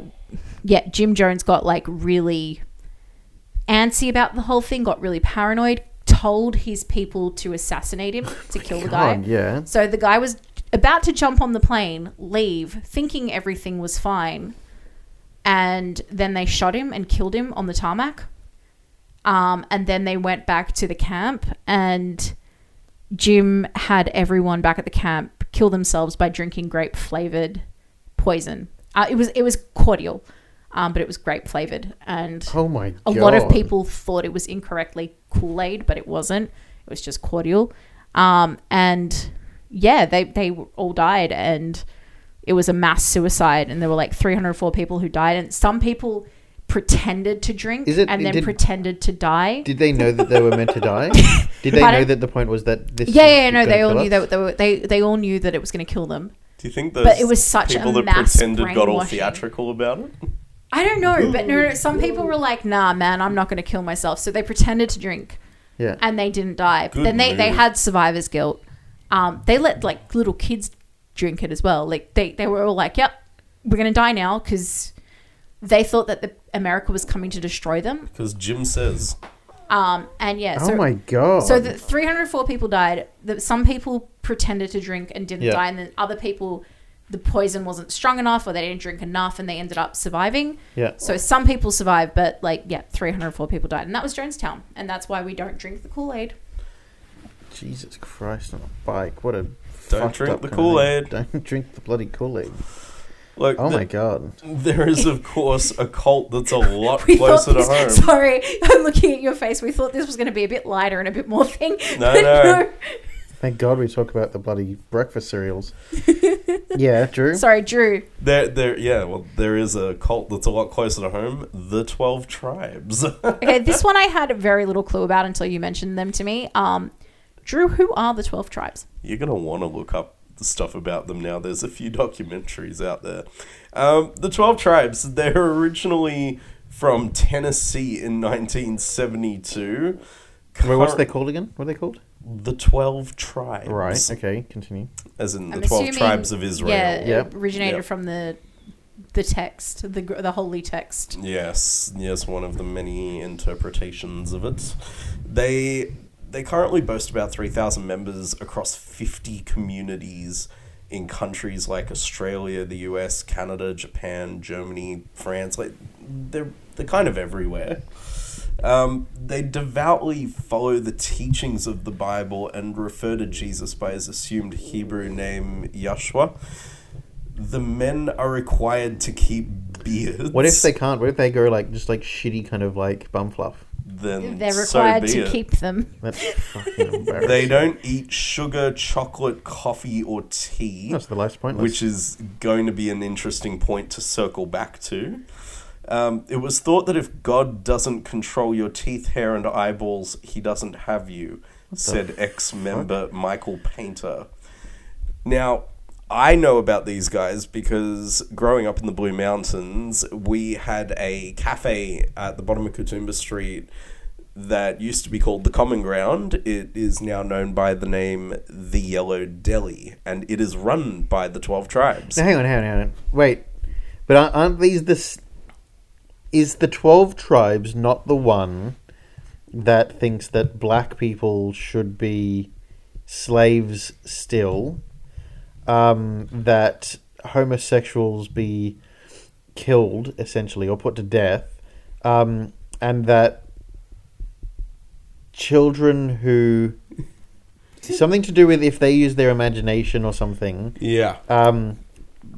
Speaker 2: yeah, Jim Jones got like really antsy about the whole thing, got really paranoid, told his people to assassinate him, to kill the guy.
Speaker 1: God, yeah.
Speaker 2: So the guy was about to jump on the plane, leave, thinking everything was fine. And then they shot him and killed him on the tarmac. Um, and then they went back to the camp, and Jim had everyone back at the camp kill themselves by drinking grape flavored poison. Uh, it was it was cordial, um, but it was grape flavored, and
Speaker 1: Oh my
Speaker 2: a
Speaker 1: God!
Speaker 2: lot of people thought it was incorrectly Kool Aid, but it wasn't. It was just cordial. Um, and yeah, they, they all died, and it was a mass suicide. And there were like 304 people who died, and some people pretended to drink
Speaker 1: Is it-
Speaker 2: and then
Speaker 1: did-
Speaker 2: pretended to die.
Speaker 1: Did they know that they were meant to die? Did they
Speaker 2: But
Speaker 1: know
Speaker 2: I-
Speaker 1: that the point was that this?
Speaker 2: yeah,
Speaker 1: is
Speaker 2: yeah, yeah, no,
Speaker 1: gonna
Speaker 2: they all
Speaker 1: kill
Speaker 2: knew
Speaker 1: us?
Speaker 2: that they, were, they they all knew that it was going to kill them.
Speaker 3: Do you think those
Speaker 2: But it was such a
Speaker 3: people that
Speaker 2: mass
Speaker 3: pretended got all
Speaker 2: brainwashing.
Speaker 3: theatrical about it?
Speaker 2: I don't know, but no, no, some people were like, "Nah, man, I'm not going to kill myself," so they pretended to drink.
Speaker 1: Yeah,
Speaker 2: and they didn't die.
Speaker 3: Good
Speaker 2: then they, they
Speaker 3: move.
Speaker 2: had survivor's guilt. Um, they let like little kids drink it as well. Like they, they were all like, "Yep, we're gonna die now," because they thought that the America was coming to destroy them.
Speaker 3: Because Jim says.
Speaker 2: Um, and yeah,
Speaker 1: oh
Speaker 2: so
Speaker 1: my God!
Speaker 2: so the 304 people died. The, some people pretended to drink and didn't
Speaker 1: Yeah.
Speaker 2: die, and then other people, the poison wasn't strong enough, or they didn't drink enough, and they ended up surviving.
Speaker 1: yeah,
Speaker 2: So some people survived, but like yeah, 304 people died, and that was Jonestown, and that's why we don't drink the Kool Aid.
Speaker 1: Jesus Christ on a bike! What a
Speaker 3: Don't
Speaker 1: fucked
Speaker 3: drink
Speaker 1: up
Speaker 3: the
Speaker 1: kind of
Speaker 3: Kool-Aid.
Speaker 1: thing. Don't drink the bloody Kool Aid.
Speaker 3: Look,
Speaker 1: Oh
Speaker 3: the-
Speaker 1: my God!
Speaker 3: There is, of course, a cult that's a lot
Speaker 2: We
Speaker 3: closer
Speaker 2: thought
Speaker 3: to
Speaker 2: this,
Speaker 3: home.
Speaker 2: Sorry, I'm looking at your face. We thought this was going to be a bit lighter and a bit more thing.
Speaker 3: No,
Speaker 2: but
Speaker 3: no.
Speaker 1: Thank God we talk about the bloody breakfast cereals. yeah, Drew.
Speaker 2: Sorry, Drew.
Speaker 3: There, there, yeah. Well, there is a cult that's a lot closer to home. The Twelve Tribes.
Speaker 2: Okay, this one I had very little clue about until you mentioned them to me. Um, Drew, who are the 12 tribes?
Speaker 3: You're gonna want to look up the stuff about them now. There's a few documentaries out there. Um, the Twelve Tribes. They're originally from Tennessee in 1972.
Speaker 1: Wait, what's
Speaker 3: Curr-
Speaker 1: they called again? What are they called?
Speaker 3: the 12 tribes.
Speaker 1: Right. Okay. Continue.
Speaker 3: As in the
Speaker 6: I'm
Speaker 3: 12
Speaker 6: assuming-
Speaker 3: tribes of Israel.
Speaker 6: Yeah, it
Speaker 1: Yep.
Speaker 6: originated
Speaker 3: Yep.
Speaker 6: from the the text, the gr- the holy text.
Speaker 3: Yes, yes, one of the many interpretations of it. They they currently boast about 3,000 members across 50 communities in countries like Australia, the US, Canada, Japan, Germany, France. Like they're they're kind of everywhere. Um, they devoutly follow the teachings of the Bible and refer to Jesus by his assumed Hebrew name Yahshua. The men are required to keep beards.
Speaker 1: What if they can't? What if they go like just like shitty kind of like bum fluff?
Speaker 3: then
Speaker 6: They're required
Speaker 3: so be
Speaker 6: to
Speaker 3: it.
Speaker 6: keep them.
Speaker 1: That's fucking embarrassing.
Speaker 3: They don't eat sugar, chocolate, coffee, or tea,
Speaker 1: That's the life's pointless.
Speaker 3: which is going to be an interesting point to circle back to. Um, it was thought that if God doesn't control your teeth, hair, and eyeballs, he doesn't have you, said ex member Michael Painter. Now, I know about these guys because growing up in the Blue Mountains, we had a cafe at the bottom of Katoomba Street that used to be called The Common Ground. It is now known by the name The Yellow Deli, and it is run by the 12 tribes.
Speaker 1: Now, hang on, hang on, hang on. Wait, but aren't- aren't these this? Is the twelve tribes not the one that thinks that black people should be slaves still? Um, that homosexuals be killed essentially or put to death, um, and that children who something to do with if they use their imagination or something
Speaker 3: Yeah.
Speaker 1: um,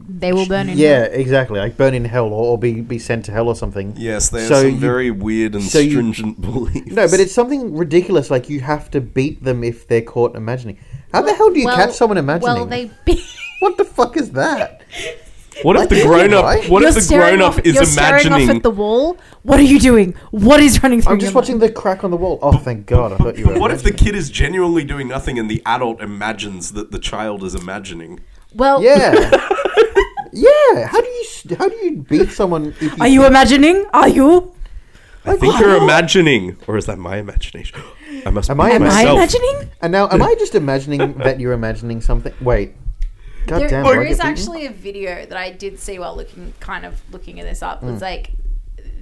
Speaker 2: They will burn in
Speaker 1: yeah, exactly. Like burn in hell or, or be, be sent to hell or something.
Speaker 3: Yes, they have
Speaker 1: So
Speaker 3: some
Speaker 1: you-
Speaker 3: very weird and
Speaker 1: so you-
Speaker 3: stringent beliefs.
Speaker 1: No, but it's something ridiculous. Like you have to beat them if they're caught imagining. How the hell do you
Speaker 6: Well-
Speaker 1: catch someone imagining?
Speaker 6: Well, they be-
Speaker 1: What the fuck is that?
Speaker 3: What
Speaker 1: if the grown-up- Right?
Speaker 3: What
Speaker 6: you're staring off- you're staring off at the wall. What are you doing? What is running through?
Speaker 1: I'm just
Speaker 6: your
Speaker 1: watching the crack on the wall. Oh, thank God! I thought you were.
Speaker 3: What if the
Speaker 1: imagining.
Speaker 3: kid is genuinely doing nothing and the adult imagines that the child is imagining?
Speaker 6: mind? Well,
Speaker 1: Yeah. Yeah, how do you s- how do you beat someone? If you
Speaker 6: are you imagining? Are you?
Speaker 3: I think you're imagining, or is that my imagination? I must
Speaker 1: Am
Speaker 3: be
Speaker 1: I
Speaker 6: Am I
Speaker 3: myself.
Speaker 6: imagining?
Speaker 1: and now, am I just imagining that you're imagining something? Wait, God
Speaker 6: There,
Speaker 1: damn! do I
Speaker 6: there
Speaker 1: get
Speaker 6: is
Speaker 1: beaten?
Speaker 6: actually a video that I did see while looking, kind of looking at this up.
Speaker 1: Mm.
Speaker 6: It's like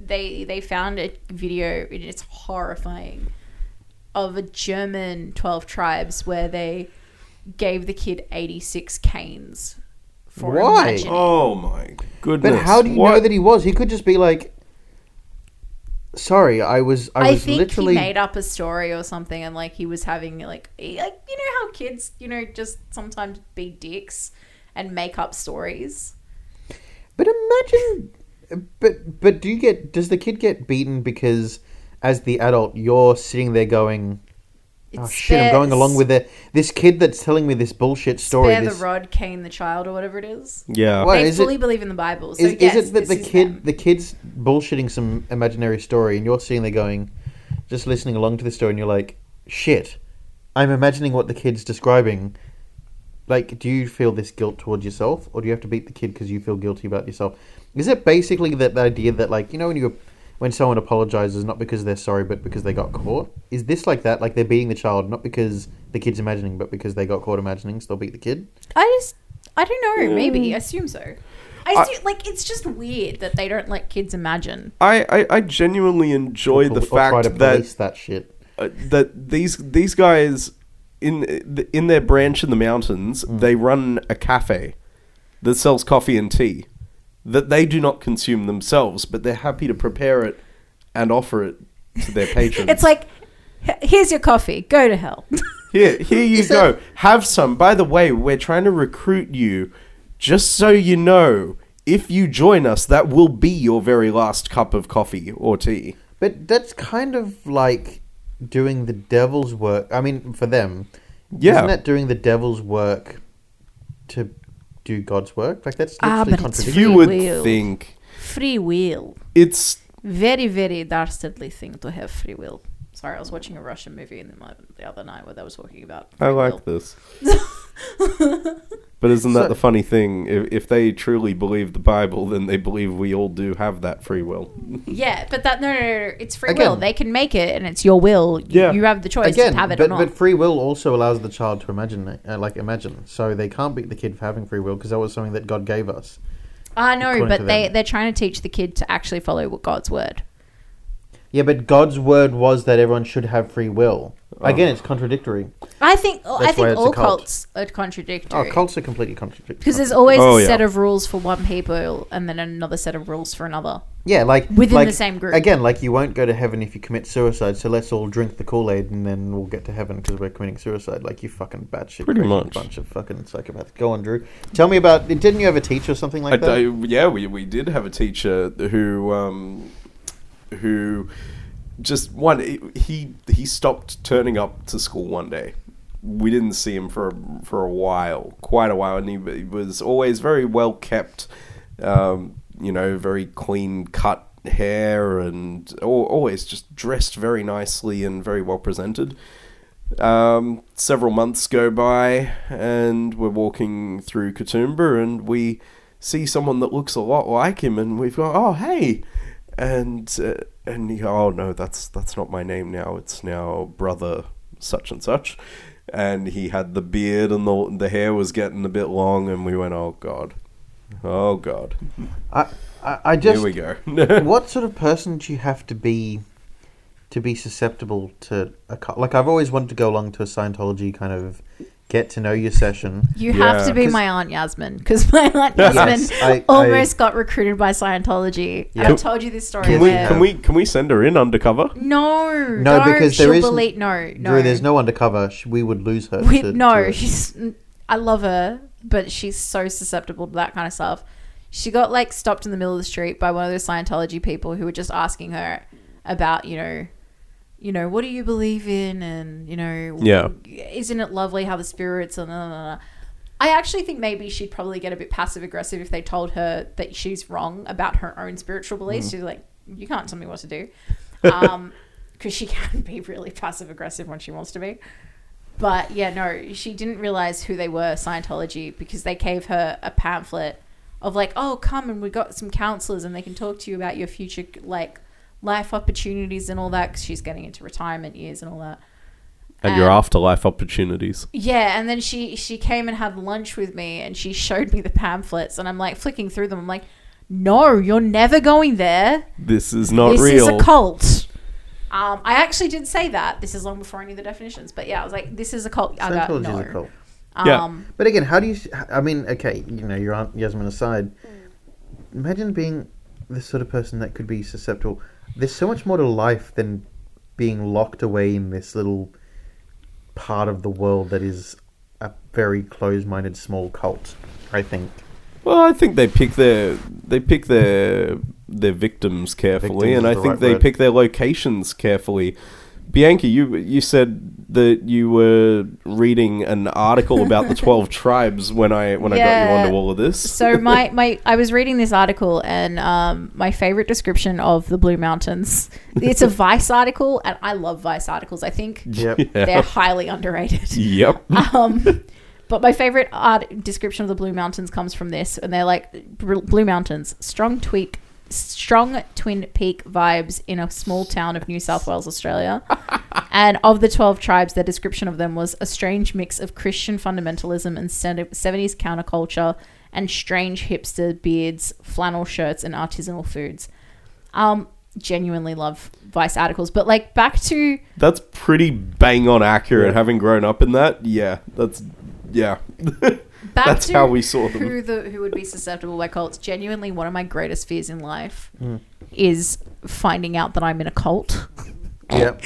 Speaker 6: they they found a video and it's horrifying of a German twelve tribes where they gave the kid eighty six canes for
Speaker 1: Why?
Speaker 6: imagining.
Speaker 3: Oh my goodness!
Speaker 1: But how do you know
Speaker 3: What-
Speaker 1: that he was? He could just be like, "Sorry, I was. I,
Speaker 6: I,
Speaker 1: was
Speaker 6: think
Speaker 1: literally."
Speaker 6: he made up a story or something, and like he was having like he- like you know how kids you know just sometimes be dicks and make up stories.
Speaker 1: but imagine. But but do you get? Does the kid get beaten because, as the adult, you're sitting there going, "Oh
Speaker 6: It's
Speaker 1: shit, I'm
Speaker 6: spare-
Speaker 1: going along with the, this kid that's telling me this bullshit story."
Speaker 6: Spare
Speaker 1: This,
Speaker 6: the rod, Cain the child, or whatever it is.
Speaker 3: Yeah.
Speaker 1: What
Speaker 6: they
Speaker 1: is
Speaker 6: fully
Speaker 1: it?
Speaker 6: believe in the Bible. So
Speaker 1: Is,
Speaker 6: yes,
Speaker 1: is it that
Speaker 6: this
Speaker 1: the
Speaker 6: is
Speaker 1: kid
Speaker 6: them.
Speaker 1: the kid's bullshitting some imaginary story, and you're sitting there going, just listening along to the story, and you're like, "Shit, I'm imagining what the kid's describing." Like, do you feel this guilt towards yourself, or do you have to beat the kid because you feel guilty about yourself? Is it basically that the idea that, like, you know, when you when someone apologizes not because they're sorry but because they got caught, is this like that? Like they're beating the child not because the kid's imagining, but because they got caught imagining, so they'll beat the kid.
Speaker 6: I just I don't know. Maybe
Speaker 1: Mm.
Speaker 6: I assume so. I assume, like it's just weird that they don't let kids imagine.
Speaker 3: I, I, I genuinely enjoy
Speaker 1: Or
Speaker 3: the
Speaker 1: try to
Speaker 3: fact that
Speaker 1: police that shit.
Speaker 3: uh, that these these guys in in their branch in the mountains
Speaker 1: Hmm.
Speaker 3: they run a cafe that sells coffee and tea that they do not consume themselves but they're happy to prepare it and offer it to their patrons
Speaker 6: It's like "H- here's your coffee. Go to hell.
Speaker 3: here here you go have some by the way we're trying to recruit you just so you know if you join us that will be your very last cup of coffee or tea
Speaker 1: But that's kind of like doing the devil's work. I mean, for them,
Speaker 3: Yeah.
Speaker 1: isn't that doing the devil's work to do God's work? Like that's
Speaker 6: Ah,
Speaker 1: literally
Speaker 6: but it's
Speaker 1: contradictory.
Speaker 3: you
Speaker 6: Free
Speaker 3: would
Speaker 6: will.
Speaker 3: think
Speaker 6: free will.
Speaker 3: it's
Speaker 6: Very very dastardly thing to have free will. Sorry, I was watching a Russian movie in the, mo- the other night where they were talking about.
Speaker 3: I
Speaker 6: free
Speaker 3: like
Speaker 6: will.
Speaker 3: this. But isn't
Speaker 1: So-
Speaker 3: that the funny thing? If, if they truly believe the Bible, then they believe we all do have that free will.
Speaker 6: Yeah, but that no, no, no, no it's free
Speaker 1: Again.
Speaker 6: will. They can make it, and it's your will. You,
Speaker 3: Yeah.
Speaker 6: you have the choice
Speaker 1: Again,
Speaker 6: to have it
Speaker 1: but,
Speaker 6: or not.
Speaker 1: but free will also allows the child to imagine, it, uh, like imagine. So they can't beat the kid for having free will because that was something that God gave us.
Speaker 6: I know,
Speaker 1: according to
Speaker 6: but they
Speaker 1: them.
Speaker 6: they're trying to teach the kid to actually follow what God's word.
Speaker 1: Yeah, but God's word was that everyone should have free will. Again, it's contradictory.
Speaker 6: I think I
Speaker 1: why
Speaker 6: think
Speaker 1: it's a
Speaker 6: all
Speaker 1: cult.
Speaker 6: cults are
Speaker 1: Oh,
Speaker 6: contradictory.
Speaker 1: cults are completely contradictory.
Speaker 6: because there's always
Speaker 3: Oh,
Speaker 6: a
Speaker 3: yeah.
Speaker 6: set of rules for one people and then another set of rules for another.
Speaker 1: yeah, like
Speaker 6: within
Speaker 1: like-
Speaker 6: the same group.
Speaker 1: Again, like you won't go to heaven if you commit suicide. So let's all drink the Kool Aid and then we'll get to heaven because we're committing suicide. Like you fucking batshit,
Speaker 3: Pretty
Speaker 1: crazy
Speaker 3: much.
Speaker 1: bunch of fucking psychopaths. Go on, Drew. Tell me about. Didn't you have a teacher or something like
Speaker 3: I-
Speaker 1: that?
Speaker 3: I- yeah, we, we did have a teacher who um, who just one he he stopped turning up to school one day. We didn't see him for for a while, quite a while, and he, w- he was always very well kept. Um, you know, very clean cut hair, and al- always just dressed very nicely and very well presented. Um, several months go by, and we're walking through Katoomba, and we see someone that looks a lot like him, and we've gone, "Oh, hey," and uh, and he, "Oh no, that's that's not my name now. It's now brother such and such," and he had the beard, and the the hair was getting a bit long, and we went, "Oh god, oh god,
Speaker 1: I, I, I just
Speaker 3: here we go."
Speaker 1: what sort of person do you have to be to be susceptible to a cult? Like I've always wanted to go along to a Scientology kind of get to know you session.
Speaker 6: You
Speaker 3: Yeah.
Speaker 6: have to be
Speaker 1: 'Cause-
Speaker 6: my aunt Yasmin because my aunt
Speaker 1: Yes,
Speaker 6: Yasmin
Speaker 1: I- I-
Speaker 6: almost got recruited by Scientology.
Speaker 1: Yeah.
Speaker 6: I've told you this story.
Speaker 1: Can
Speaker 3: can we
Speaker 6: where-
Speaker 3: can we can we send her in undercover?
Speaker 6: No,
Speaker 1: No,
Speaker 6: no,
Speaker 1: because there
Speaker 6: she'll
Speaker 1: is-
Speaker 6: believe no, no.
Speaker 1: Drew, there's no undercover. Sh- We would lose her.
Speaker 6: We,
Speaker 1: to-
Speaker 6: no,
Speaker 1: to a-
Speaker 6: she's. I love her, but she's so susceptible to that kind of stuff. She got like stopped in the middle of the street by one of those Scientology people who were just asking her about, you know, you know, what do you believe in, and you know,
Speaker 3: Yeah.
Speaker 6: isn't it lovely how the spirits and. uh, blah, blah, blah. I actually think maybe she'd probably get a bit passive aggressive if they told her that she's wrong about her own spiritual beliefs. She's like, you can't tell me what to do. Um, because she can be really passive aggressive when she wants to be. But yeah, no, she didn't realize who they were, Scientology, because they gave her a pamphlet of like, oh, come and we got some counselors and they can talk to you about your future, like, life opportunities and all that, because she's getting into retirement years and all that.
Speaker 3: And your
Speaker 6: Um,
Speaker 3: afterlife opportunities.
Speaker 6: Yeah, and then she she came and had lunch with me, and she showed me the pamphlets, and I'm like flicking through them. I'm like, no, you're never going there.
Speaker 3: This is not
Speaker 6: this
Speaker 3: real.
Speaker 6: is a cult. Um, I actually did say that. This is long before I knew the definitions, but yeah, I was like, this is a cult. I got
Speaker 1: Scientology
Speaker 6: no.
Speaker 1: is a cult.
Speaker 3: Yeah.
Speaker 6: Um,
Speaker 1: But again, how do you? s- I mean, okay, you know, your aunt Yasmin aside. Imagine being the sort of person that could be susceptible. There's so much more to life than being locked away in this little part of the world that is a very closed-minded small cult. I think.
Speaker 3: Well, I think they pick their they pick their their victims carefully,
Speaker 1: Victims
Speaker 3: and
Speaker 1: is
Speaker 3: I
Speaker 1: the
Speaker 3: think
Speaker 1: right
Speaker 3: they
Speaker 1: word.
Speaker 3: pick their locations carefully. Bianca, you you said that you were reading an article about the twelve tribes when I when I got you
Speaker 6: Yeah.
Speaker 3: onto all of this.
Speaker 6: so my, my I was reading this article, and um, my favorite description of the Blue Mountains. It's a Vice article, and I love Vice articles. I think
Speaker 1: Yep.
Speaker 6: they're highly underrated.
Speaker 3: yep.
Speaker 6: um, but my favorite art description of the Blue Mountains comes from this, and they're like "Br- Blue Mountains, strong tweak, strong Twin Peak vibes in a small town of New South Wales, Australia. and of the twelve tribes, their description of them was a strange mix of Christian fundamentalism and seventies counterculture, and strange hipster beards, flannel shirts, and artisanal foods. Um, genuinely love Vice articles, but like back to
Speaker 3: That's pretty bang on accurate.
Speaker 1: Yeah.
Speaker 3: Having grown up in that, yeah, that's yeah.
Speaker 6: Back
Speaker 3: That's
Speaker 6: to
Speaker 3: how we saw them.
Speaker 6: Who the who would be susceptible by cults? Genuinely, one of my greatest fears in life
Speaker 3: Mm.
Speaker 6: is finding out that I'm in a cult.
Speaker 1: Yep.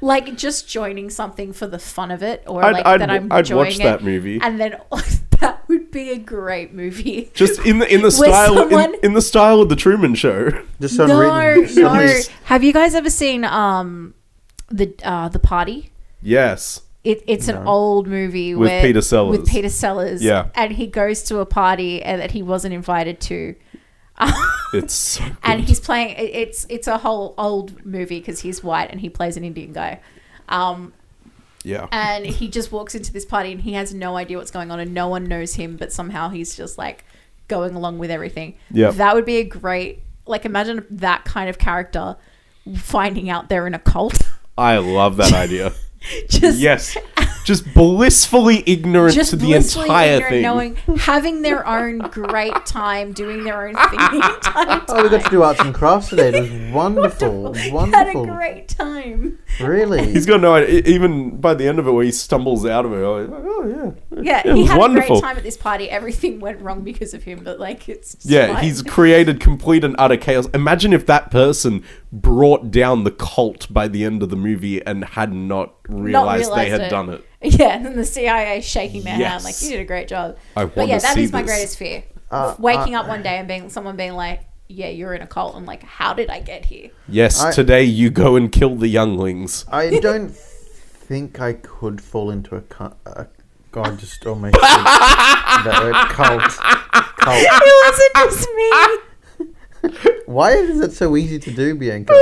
Speaker 6: Like just joining something for the fun of it, or
Speaker 3: I'd-
Speaker 6: like
Speaker 3: I'd
Speaker 6: that
Speaker 3: w-
Speaker 6: I'm
Speaker 3: I'd
Speaker 6: enjoying
Speaker 3: watch
Speaker 6: it,
Speaker 3: that movie.
Speaker 6: and then that would be a great movie.
Speaker 3: Just in the in the style
Speaker 6: someone-
Speaker 3: in, in the style of the Truman Show.
Speaker 1: Just
Speaker 6: No,
Speaker 1: some written.
Speaker 6: no. Have you guys ever seen um the uh, the party?
Speaker 3: Yes.
Speaker 6: It, it's an old movie
Speaker 3: With
Speaker 6: where-
Speaker 3: Peter Sellers.
Speaker 6: With Peter Sellers,
Speaker 3: Yeah.
Speaker 6: and he goes to a party and that he wasn't invited to.
Speaker 3: It's so
Speaker 6: and he's playing it- it's it's a whole old movie because he's white and he plays an indian guy um
Speaker 7: Yeah.
Speaker 6: and he just walks into this party and he has no idea what's going on and no one knows him but somehow he's just like going along with everything
Speaker 7: Yep.
Speaker 6: that would be a great like imagine that kind of character finding out they're in a cult
Speaker 3: I love that idea.
Speaker 6: just
Speaker 3: yes. Just blissfully ignorant
Speaker 6: just
Speaker 3: to the
Speaker 6: blissfully
Speaker 3: entire
Speaker 6: ignorant,
Speaker 3: thing.
Speaker 6: knowing having their own great time doing their own thing the entire time
Speaker 1: Oh, we got to do arts and crafts today. It was wonderful.
Speaker 6: had a
Speaker 1: wonderful.
Speaker 6: great time
Speaker 1: Really.
Speaker 7: He's got no idea. e- Even by the end of it, where he stumbles out of it, like, oh yeah,
Speaker 6: yeah,
Speaker 7: it
Speaker 6: he
Speaker 7: was
Speaker 6: had
Speaker 7: wonderful.
Speaker 6: a great time at this party everything went wrong because of him but like it's just
Speaker 7: yeah,
Speaker 6: fine.
Speaker 7: he's created complete and utter chaos. Imagine if that person brought down the cult by the end of the movie and had not realized, they
Speaker 6: realised
Speaker 7: had
Speaker 6: it.
Speaker 7: done it.
Speaker 6: Yeah, and then the CIA shaking their hand like
Speaker 7: Yes.
Speaker 6: you did a great job.
Speaker 7: I
Speaker 6: but yeah,
Speaker 7: wanna
Speaker 6: that is
Speaker 7: see
Speaker 6: my
Speaker 7: this.
Speaker 6: greatest fear:
Speaker 1: Uh,
Speaker 6: waking up one day and being someone being like, "Yeah, you're in a cult," and like, "How did I get here?"
Speaker 7: Yes,
Speaker 1: I-
Speaker 7: today you go and kill the younglings.
Speaker 1: I don't think I could fall into a, cu- a God just oh my that word cult. Cult.
Speaker 6: it wasn't just me
Speaker 1: Why is it so easy to do, Bianca?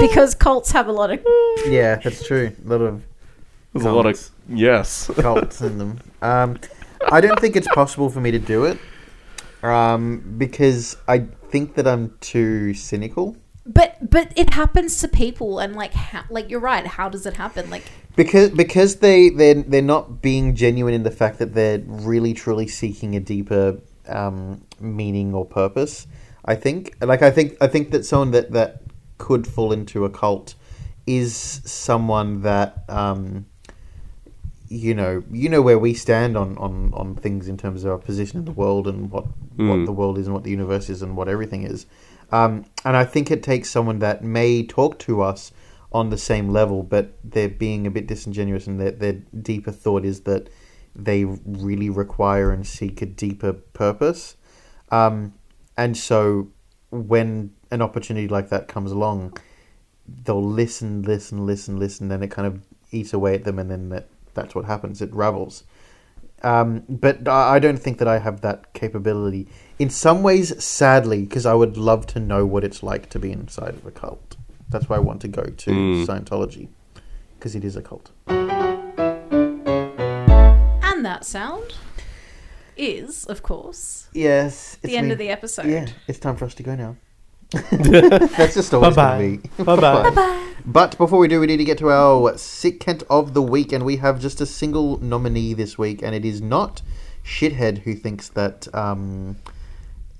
Speaker 6: because cults have a lot of
Speaker 1: Yeah, that's true. A lot of
Speaker 7: There's a lot of yes.
Speaker 1: cults in them. Um, I don't think it's possible for me to do it um, because I think that I'm too cynical.
Speaker 6: but but it happens to people and like how, like you're right how does it happen like
Speaker 1: Because because they they they're not being genuine in the fact that they're really truly seeking a deeper um, meaning or purpose. I think like I think I think that someone that that could fall into a cult is someone that um, you know you know where we stand on, on, on things in terms of our position in the world and what what the world is and what the universe is and what everything is um, and I think it takes someone that may talk to us on the same level but they're being a bit disingenuous and their, their deeper thought is that they really require and seek a deeper purpose um, and so when an opportunity like that comes along they'll listen, listen, listen, listen, then it kind of eats away at them, and then that, that's what happens. It ravels. Um, but I I don't think that I have that capability. In some ways, sadly, because I would love to know what it's like to be inside of a cult. That's why I want to go to Scientology, because it is a cult.
Speaker 6: and that sound is of course
Speaker 1: Yes,
Speaker 6: the end of the episode.
Speaker 1: Yeah, it's time for us to go now. That's just always going to be. Bye bye. But before we do, we need to get to our sick Kent of the week, and we have just a single nominee this week, and it is not shithead who thinks that um,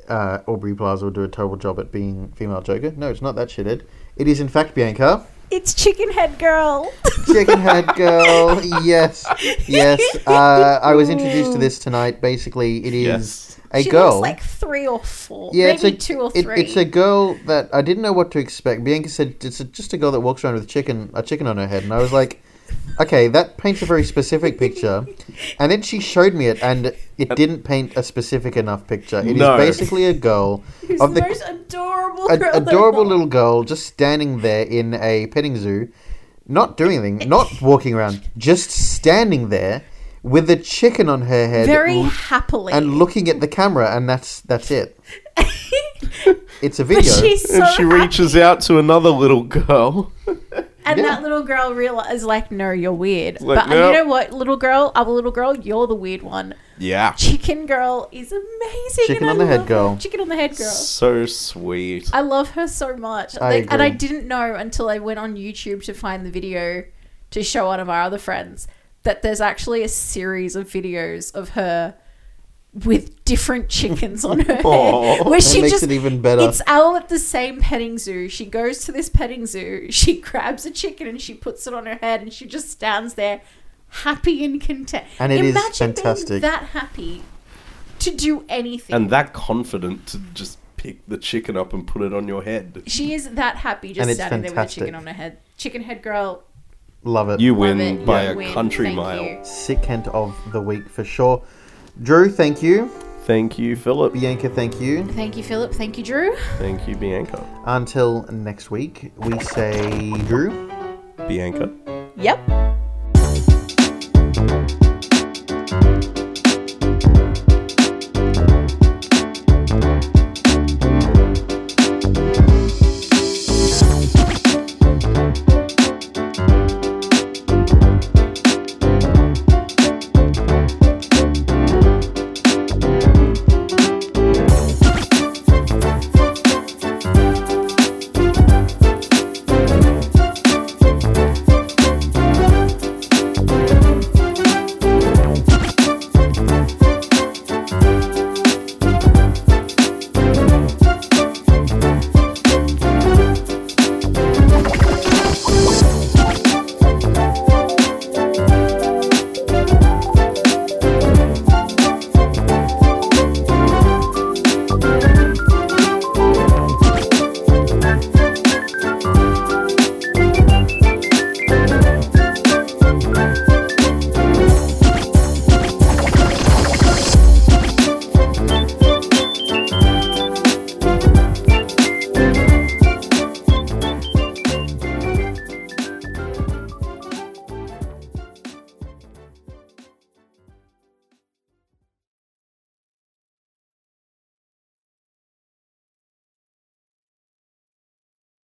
Speaker 1: uh, Aubrey Plaza will do a terrible job at being female Joker. No, it's not that shithead. It is in fact Bianca.
Speaker 6: It's chicken head girl.
Speaker 1: Chicken head girl. Yes, yes. Uh, I was introduced to this tonight. Basically, it is
Speaker 7: Yes.
Speaker 1: a
Speaker 6: she
Speaker 1: girl.
Speaker 6: looks like three or four.
Speaker 1: Yeah,
Speaker 6: maybe
Speaker 1: it's a,
Speaker 6: two or
Speaker 1: it-
Speaker 6: three.
Speaker 1: it's a girl that I didn't know what to expect. Bianca said it's a, just a girl that walks around with chicken a chicken on her head, and I was like, okay, that paints a very specific picture. And then she showed me it, and it didn't paint a specific enough picture. It is
Speaker 7: No.
Speaker 1: basically a girl
Speaker 6: Who's
Speaker 1: of
Speaker 6: the,
Speaker 1: the
Speaker 6: most adorable
Speaker 1: a,
Speaker 6: girl in the
Speaker 1: adorable
Speaker 6: world.
Speaker 1: little girl just standing there in a petting zoo, not doing anything, not walking around, just standing there with a chicken on her head
Speaker 6: very
Speaker 1: l-
Speaker 6: happily.
Speaker 1: and looking at the camera, and that's that's it. It's a video.
Speaker 6: but she's so
Speaker 7: and she reaches out to another little girl.
Speaker 6: and
Speaker 1: yeah.
Speaker 6: that little girl real is like, no, you're weird.
Speaker 7: like,
Speaker 6: but
Speaker 7: nope.
Speaker 6: you know what, little girl, other little girl, you're the weird one.
Speaker 7: Yeah.
Speaker 6: Chicken girl is amazing.
Speaker 1: Chicken
Speaker 6: and I
Speaker 1: on the head
Speaker 6: love
Speaker 1: girl.
Speaker 6: her. Chicken on the head girl.
Speaker 7: So sweet.
Speaker 6: I love her so much.
Speaker 1: I
Speaker 6: like, and I
Speaker 1: agree.
Speaker 6: didn't know until I went on YouTube to find the video to show one of our other friends that there's actually a series of videos of her with different chickens on her
Speaker 7: Aw,
Speaker 6: head where she
Speaker 1: makes
Speaker 6: just
Speaker 1: it even better.
Speaker 6: it's all at the same petting zoo she goes to this petting zoo she grabs a chicken and she puts it on her head and she just stands there happy and content
Speaker 1: And it is
Speaker 6: imagine being
Speaker 1: fantastic.
Speaker 6: that happy to do anything
Speaker 7: And that confident to just pick the chicken up and put it on your head.
Speaker 6: She is that happy
Speaker 1: And
Speaker 6: just
Speaker 1: it's
Speaker 6: standing there with a
Speaker 1: fantastic.
Speaker 6: chicken on her head. Chicken head girl.
Speaker 1: Love it.
Speaker 7: You
Speaker 6: Love
Speaker 7: win
Speaker 6: it.
Speaker 7: by
Speaker 6: you
Speaker 7: a
Speaker 6: win.
Speaker 7: country
Speaker 6: Thank
Speaker 7: mile.
Speaker 6: you.
Speaker 1: sick Kent of the week for sure. Drew, thank you.
Speaker 7: Thank you, Philip.
Speaker 1: Bianca, thank you.
Speaker 6: Thank you, Philip. Thank you, Drew.
Speaker 7: Thank you, Bianca.
Speaker 1: Until next week, we say Drew,
Speaker 7: Bianca.
Speaker 6: Yep.